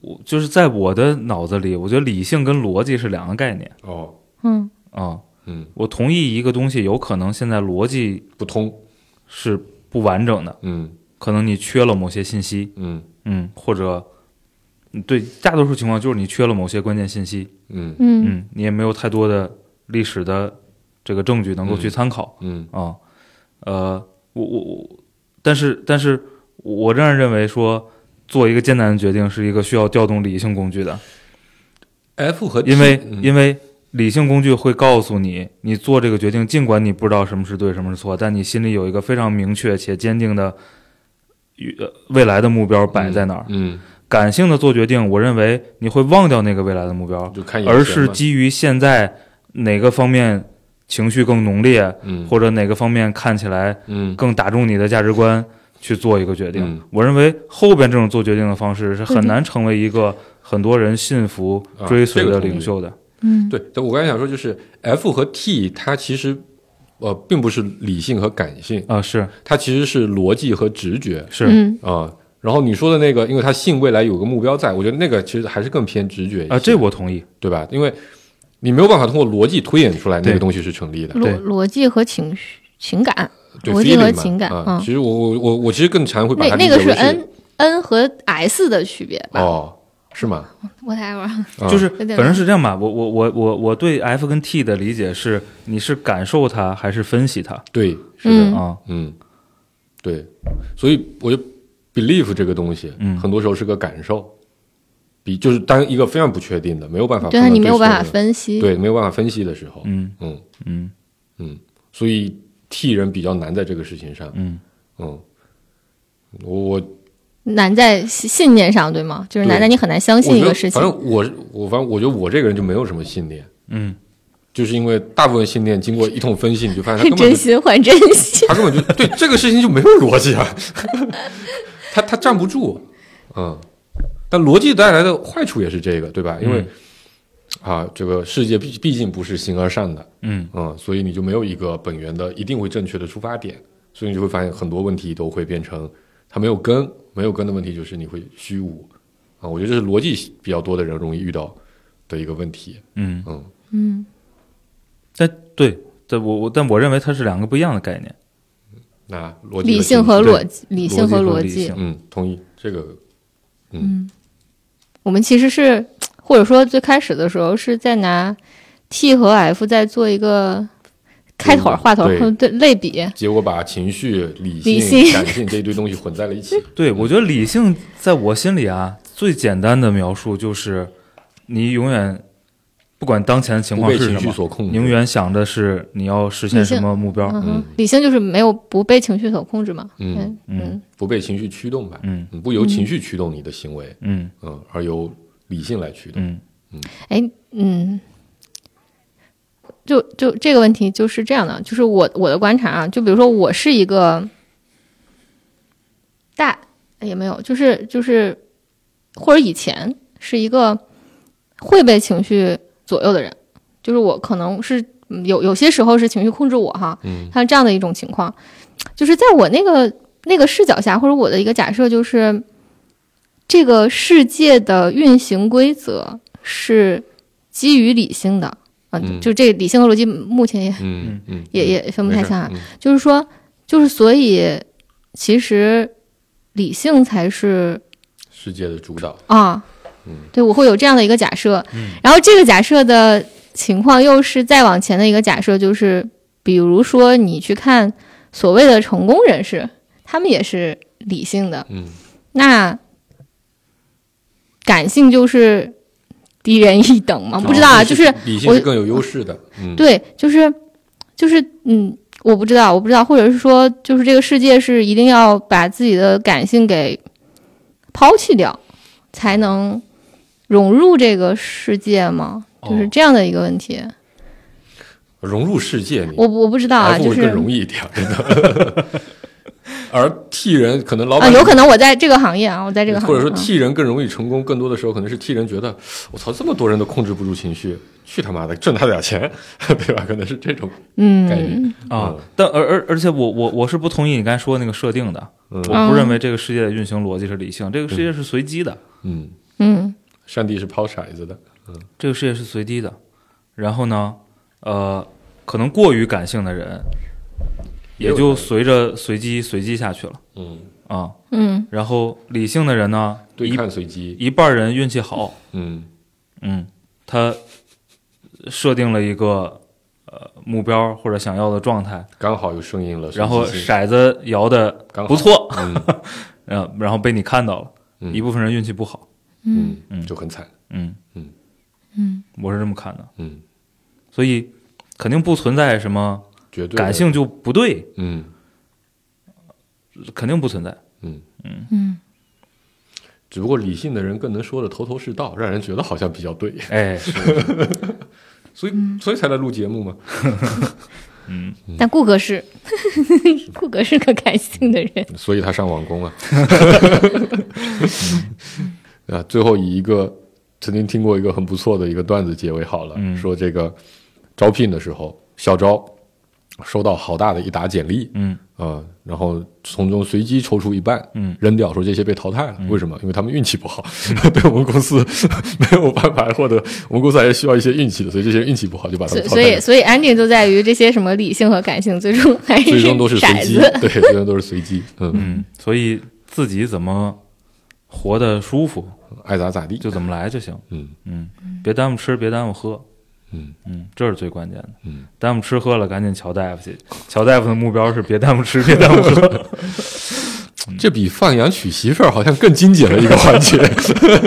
Speaker 3: 我就是在我的脑子里，我觉得理性跟逻辑是两个概念
Speaker 4: 哦，
Speaker 5: 嗯，
Speaker 3: 啊、
Speaker 4: 嗯，
Speaker 3: 我同意一个东西，有可能现在逻辑
Speaker 4: 不通，
Speaker 3: 是不完整的，
Speaker 4: 嗯
Speaker 3: 可能你缺了某些信息，
Speaker 4: 嗯
Speaker 3: 嗯，或者嗯对大多数情况就是你缺了某些关键信息，
Speaker 4: 嗯
Speaker 5: 嗯
Speaker 3: 嗯，你也没有太多的历史的这个证据能够去
Speaker 4: 嗯
Speaker 3: 参考。
Speaker 4: 嗯
Speaker 3: 啊、呃，我我我，但是但是我仍然认为说，做一个艰难的决定是一个需要调动理性工具的，
Speaker 4: ，F 和 T，
Speaker 3: 因为、
Speaker 4: 嗯
Speaker 3: 因为理性工具会告诉你，你做这个决定，尽管你不知道什么是对，什么是错，但你心里有一个非常明确且坚定的与呃未来的目标摆在那儿。
Speaker 4: 嗯，
Speaker 3: 感性的做决定，我认为你会忘掉那个未来的目标，
Speaker 4: 就看眼
Speaker 3: 而
Speaker 4: 前
Speaker 3: 是
Speaker 4: 嘛
Speaker 3: 基于现在哪个方面情绪更浓烈，
Speaker 4: 嗯
Speaker 3: 或者哪个方面看起来
Speaker 4: 嗯
Speaker 3: 更打中你的价值观去做一个决定。
Speaker 4: 嗯
Speaker 3: 我认为后边这种做决定的方式是
Speaker 5: 对
Speaker 3: 很
Speaker 5: 对
Speaker 3: 难成为一个很多人信服、
Speaker 4: 啊
Speaker 3: 追随
Speaker 4: 这
Speaker 3: 的
Speaker 4: 个同意
Speaker 3: 领袖的。
Speaker 5: 嗯，
Speaker 4: 对，但我刚才想说就是 F 和 T，它其实呃并不是理性和感性，
Speaker 3: 啊，是
Speaker 4: 它其实是逻辑和直觉
Speaker 3: 是、
Speaker 5: 嗯
Speaker 4: 啊。然后你说的那个，因为他信未来有个目标在，我觉得那个其实还是更偏直觉一
Speaker 3: 啊，
Speaker 4: 些
Speaker 3: 这我同意。
Speaker 4: 对吧？因为你没有办法通过逻辑推演出来那
Speaker 3: 对
Speaker 4: 个东西是成立的，
Speaker 5: (laughs) 逻逻辑和情绪情感，
Speaker 4: 对
Speaker 5: 逻辑和
Speaker 4: feeling 嘛
Speaker 5: 情感
Speaker 4: 啊
Speaker 5: 嗯。
Speaker 4: 其实我我我我其实更常会把
Speaker 5: 那
Speaker 4: 它
Speaker 5: 那
Speaker 4: 理
Speaker 5: 个
Speaker 4: 解
Speaker 5: 是
Speaker 4: 为
Speaker 5: N N 和 S 的区别吧
Speaker 4: 哦，是吗？
Speaker 5: ？Whatever，
Speaker 4: 啊
Speaker 3: 就是，
Speaker 5: 有点
Speaker 3: 反正是这样吧。我我我我我对 F 跟 T 的理解是，你是感受它还是分析它
Speaker 4: 对，是的，
Speaker 5: 嗯
Speaker 3: 啊？
Speaker 4: 嗯，对，所以我觉得 belief 这个东西，
Speaker 3: 嗯
Speaker 4: 很多时候是个感受，比就是当一个非常不确定的，没有办法，
Speaker 5: 对，你没有办法，分析，
Speaker 4: 对，没有办法分析的时候，
Speaker 3: 嗯
Speaker 4: 嗯
Speaker 3: 嗯
Speaker 4: 嗯，所以替人比较难在这个事情上，
Speaker 3: 嗯，
Speaker 4: 嗯，我我
Speaker 5: 难在信信念上，对吗？就是难
Speaker 4: 对
Speaker 5: 在你很难相
Speaker 4: 我
Speaker 5: 信一
Speaker 4: 觉得
Speaker 5: 个事情
Speaker 4: 反，正我我反正我觉得我这个人就没有什么信念，
Speaker 3: 嗯，
Speaker 4: 就是因为大部分信念经过一通分析，你就发现它根本
Speaker 5: (laughs) 真
Speaker 4: 就
Speaker 5: 心换真心，
Speaker 4: 他根本就对这个事情就没有逻辑啊， (laughs) 他他站不住，嗯，但逻辑带来的坏处也是这个，对吧？因为、啊，这个世界毕毕竟不是形而上的，
Speaker 3: 嗯
Speaker 4: 嗯，所以你就没有一个本源的一定会正确的出发点，所以你就会发现很多问题都会变成它没有根，没有根的问题就是你会虚无啊，我觉得这是逻辑比较多的人容易遇到的一个问题，
Speaker 3: 嗯，
Speaker 4: (laughs) 嗯
Speaker 5: 嗯。
Speaker 3: 但对，但我我但我认为它是两个不一样的概念。
Speaker 4: 那逻辑
Speaker 5: 理性和逻辑，理性和
Speaker 3: 逻
Speaker 5: 逻
Speaker 3: 辑和理
Speaker 5: 辑嗯
Speaker 3: 性。
Speaker 4: 嗯，同意这个
Speaker 5: 我们其实是，或者说最开始的时候是在拿 T 和 F 在做一个开头、
Speaker 4: 对
Speaker 5: 话头
Speaker 4: 嗯对嗯
Speaker 5: 对类比。
Speaker 4: 结果把情绪、理
Speaker 5: 理
Speaker 4: 性、
Speaker 5: 性
Speaker 4: 感性这一堆东西混在了一
Speaker 5: (laughs)
Speaker 4: 起。
Speaker 3: 对，我觉得理性在我心里啊，最简单的描述就是，你永远不管当前的情况
Speaker 4: 不被
Speaker 3: 是
Speaker 4: 情
Speaker 3: 什
Speaker 4: 绪
Speaker 3: 么，
Speaker 4: 所控
Speaker 3: 你
Speaker 4: 制。
Speaker 3: 永远想的是你要实现什么目标。
Speaker 5: 嗯哼
Speaker 4: 嗯，
Speaker 5: 理性就是没有不被情绪所控制嘛。
Speaker 4: 嗯
Speaker 5: 嗯
Speaker 3: 嗯
Speaker 4: 不被情绪驱动吧，
Speaker 3: 嗯
Speaker 4: 嗯，不由情绪驱动你的行为，
Speaker 3: 嗯
Speaker 4: 嗯，而由理性来驱动。
Speaker 3: 嗯
Speaker 5: 哎嗯，就就这个问题就是这样的，就是我我的观察啊，就比如说我是一个大哎也没有，就是就是或者以前是一个会被情绪左右的人，就是我可能是嗯有有些时候是情绪控制我哈，
Speaker 4: 嗯
Speaker 5: 像这样的一种情况，就是在我那个那个视角下，或者我的一个假设就是，这个世界的运行规则是基于理性的，啊
Speaker 4: 嗯
Speaker 5: 就这理性和逻辑目前也
Speaker 4: 嗯嗯，
Speaker 5: 也也分不太
Speaker 4: 没事
Speaker 5: 清啊，
Speaker 4: 嗯
Speaker 5: 就是说，就是所以其实理性才是
Speaker 4: 世界的主导，
Speaker 5: 啊
Speaker 4: 嗯，
Speaker 5: 对我会有这样的一个假设，然后这个假设的情况又是再往前的一个假设，就是比如说你去看所谓的成功人士，他们也是理性的，
Speaker 4: 嗯
Speaker 5: 那感性就是低人一等吗？不知道啊，就是
Speaker 4: 理性
Speaker 5: 我
Speaker 4: 是更有优势的，嗯，
Speaker 5: 对，就是就是嗯，我不知道，我不知道，或者是说，就是这个世界是一定要把自己的感性给抛弃掉，才能融入这个世界吗？就是
Speaker 4: 哦
Speaker 5: 这样的一个问题。
Speaker 4: 融入世界里，
Speaker 5: 我我不知道啊，
Speaker 4: 还不
Speaker 5: 就
Speaker 4: 如
Speaker 5: 是
Speaker 4: 更容易一点，真的。
Speaker 5: (laughs)
Speaker 4: 而替人可能老
Speaker 5: 啊，
Speaker 4: 板
Speaker 5: 有可能我在这个行业啊，我在这个行业，
Speaker 4: 或者说
Speaker 5: 啊
Speaker 4: 替人更容易成功，更多的时候可能是替人觉得我操，这么多人都控制不住情绪，去他妈的挣他点钱， (laughs) 对吧？可能是这种概念。
Speaker 5: 嗯，
Speaker 3: 啊
Speaker 4: 嗯，
Speaker 3: 但而而而且我我我是不同意你刚才说的那个设定的，
Speaker 4: 嗯
Speaker 3: 我不认为这个世界的运行逻辑是理性，这个世界是随机的，
Speaker 4: 嗯，
Speaker 5: 嗯
Speaker 4: 上帝是抛骰子的，
Speaker 3: 这个世界是随机的。然后呢，呃，可能过于感性的人，也就随着随机随机下去了
Speaker 4: 嗯，
Speaker 3: 啊。
Speaker 5: 嗯
Speaker 3: 然后理性的人呢，
Speaker 4: 对
Speaker 3: 一
Speaker 4: 看随机，
Speaker 3: 一半人运气好，
Speaker 4: 嗯
Speaker 3: 嗯，他设定了一个呃目标或者想要的状态，
Speaker 4: 刚好又顺应了随机性，
Speaker 3: 然后骰子摇的
Speaker 4: 刚好
Speaker 3: 不错，
Speaker 4: 嗯
Speaker 3: (laughs) 呃，然后被你看到了，
Speaker 4: 嗯
Speaker 3: 一部分人运气不好，
Speaker 5: 嗯
Speaker 4: 嗯，就很惨，
Speaker 3: 嗯
Speaker 4: 嗯
Speaker 5: 嗯，
Speaker 3: 我是这么看的，
Speaker 4: 嗯，
Speaker 3: 所以肯定不存在什么
Speaker 4: 绝对的
Speaker 3: 感，性就不对，
Speaker 4: 嗯
Speaker 3: 肯定不存在。
Speaker 4: 嗯
Speaker 5: 嗯，
Speaker 4: 只不过理性的人更能说的头头是道，让人觉得好像比较对，
Speaker 3: 哎，
Speaker 4: (laughs) 所以
Speaker 5: 嗯
Speaker 4: 所以才来录节目嘛。
Speaker 5: 但顾哥是， (laughs) 顾哥是个感性的人，
Speaker 4: (laughs) 所以他上网 (laughs) 工啊。啊，最后以一个曾经听过一个很不错的一个段子结尾好了，
Speaker 3: 嗯
Speaker 4: 说这个招聘的时候，小招收到好大的一沓简历
Speaker 3: 嗯
Speaker 4: 啊、然后从中随机抽出一半。
Speaker 3: 嗯
Speaker 4: 扔掉说这些被淘汰了，为什么？因为他们运气不好， (laughs) 对我们公司没有办法获得，我们公司还是需要一些运气的，所以这些人运气不好就把他
Speaker 5: (laughs) 所
Speaker 4: 们
Speaker 5: 以
Speaker 4: 淘
Speaker 5: 所
Speaker 4: 汰
Speaker 5: 以
Speaker 4: 了。
Speaker 5: 所以 ending 就在于这些什么理性和感性，最终还是
Speaker 4: 最终都是随
Speaker 5: 骰
Speaker 4: 机，
Speaker 5: 子。
Speaker 4: 对，最终都是随机。嗯，
Speaker 3: 嗯，所以自己怎么活得舒服
Speaker 4: 爱咋咋地。
Speaker 3: 就怎么来就行，
Speaker 4: 嗯
Speaker 3: 嗯，别耽误吃，别耽误喝，
Speaker 4: 嗯
Speaker 3: 嗯，这是最关键的。
Speaker 4: 嗯，
Speaker 3: 耽误吃喝了，赶紧瞧大夫去。瞧大夫的目标是别耽误吃，别耽误喝。
Speaker 4: 这比放羊娶媳妇儿好像更精简了一个环节。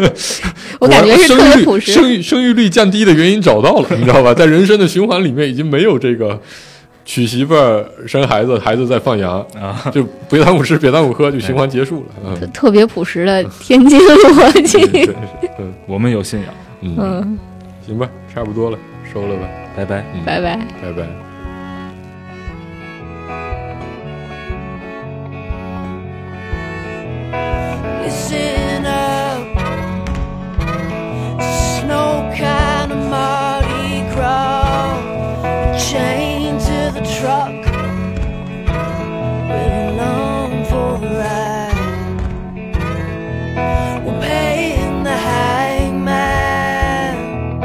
Speaker 5: (laughs) 我感觉是
Speaker 4: 生
Speaker 5: 特别
Speaker 4: 育
Speaker 5: 朴
Speaker 4: 率
Speaker 5: 实。
Speaker 4: 生育生育率降低的原因找到了，你知道吧？ (laughs) 在人生的循环里面，已经没有这个娶媳妇儿、生孩子、孩子再放羊
Speaker 3: 啊，
Speaker 4: 就别耽误吃，别耽误喝，就循环结束了。
Speaker 5: (laughs)
Speaker 4: 嗯，
Speaker 5: 特别朴实的天津
Speaker 4: (laughs)
Speaker 5: 逻
Speaker 4: 对
Speaker 5: 辑，，
Speaker 4: 嗯
Speaker 3: (laughs) 我们有信仰，
Speaker 4: 嗯，
Speaker 5: 嗯，
Speaker 4: 行吧，差不多了，收了吧，
Speaker 3: 拜拜。
Speaker 4: 嗯，
Speaker 5: 拜拜。
Speaker 4: 拜拜。
Speaker 2: Listen up. This is no kind of Mardi Gras. Chained to the truck. We're along for the ride. We're paying the hangman.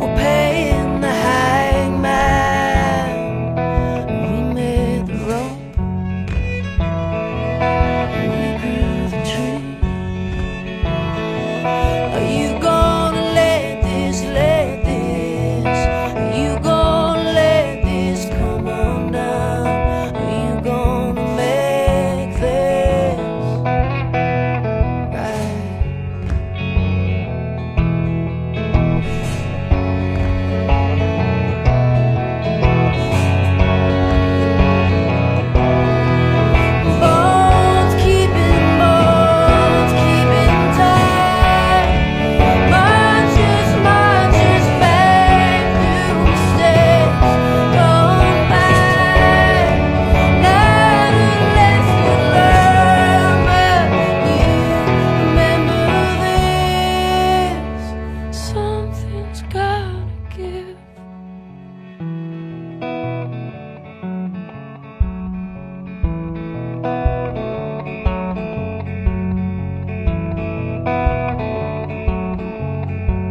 Speaker 2: We're paying the hangman. We made the rope. We grew the tree. Are you gonna let this, let this? Are you gonna let this come undone? Are you gonna make this right? Bones keeping bones keeping time. Minds just minds just back through mistakes. Don't mind. Not unless you learn you remember this. Something's gotta give.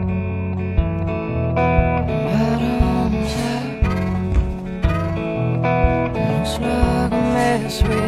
Speaker 2: Right on time. Looks like a mess we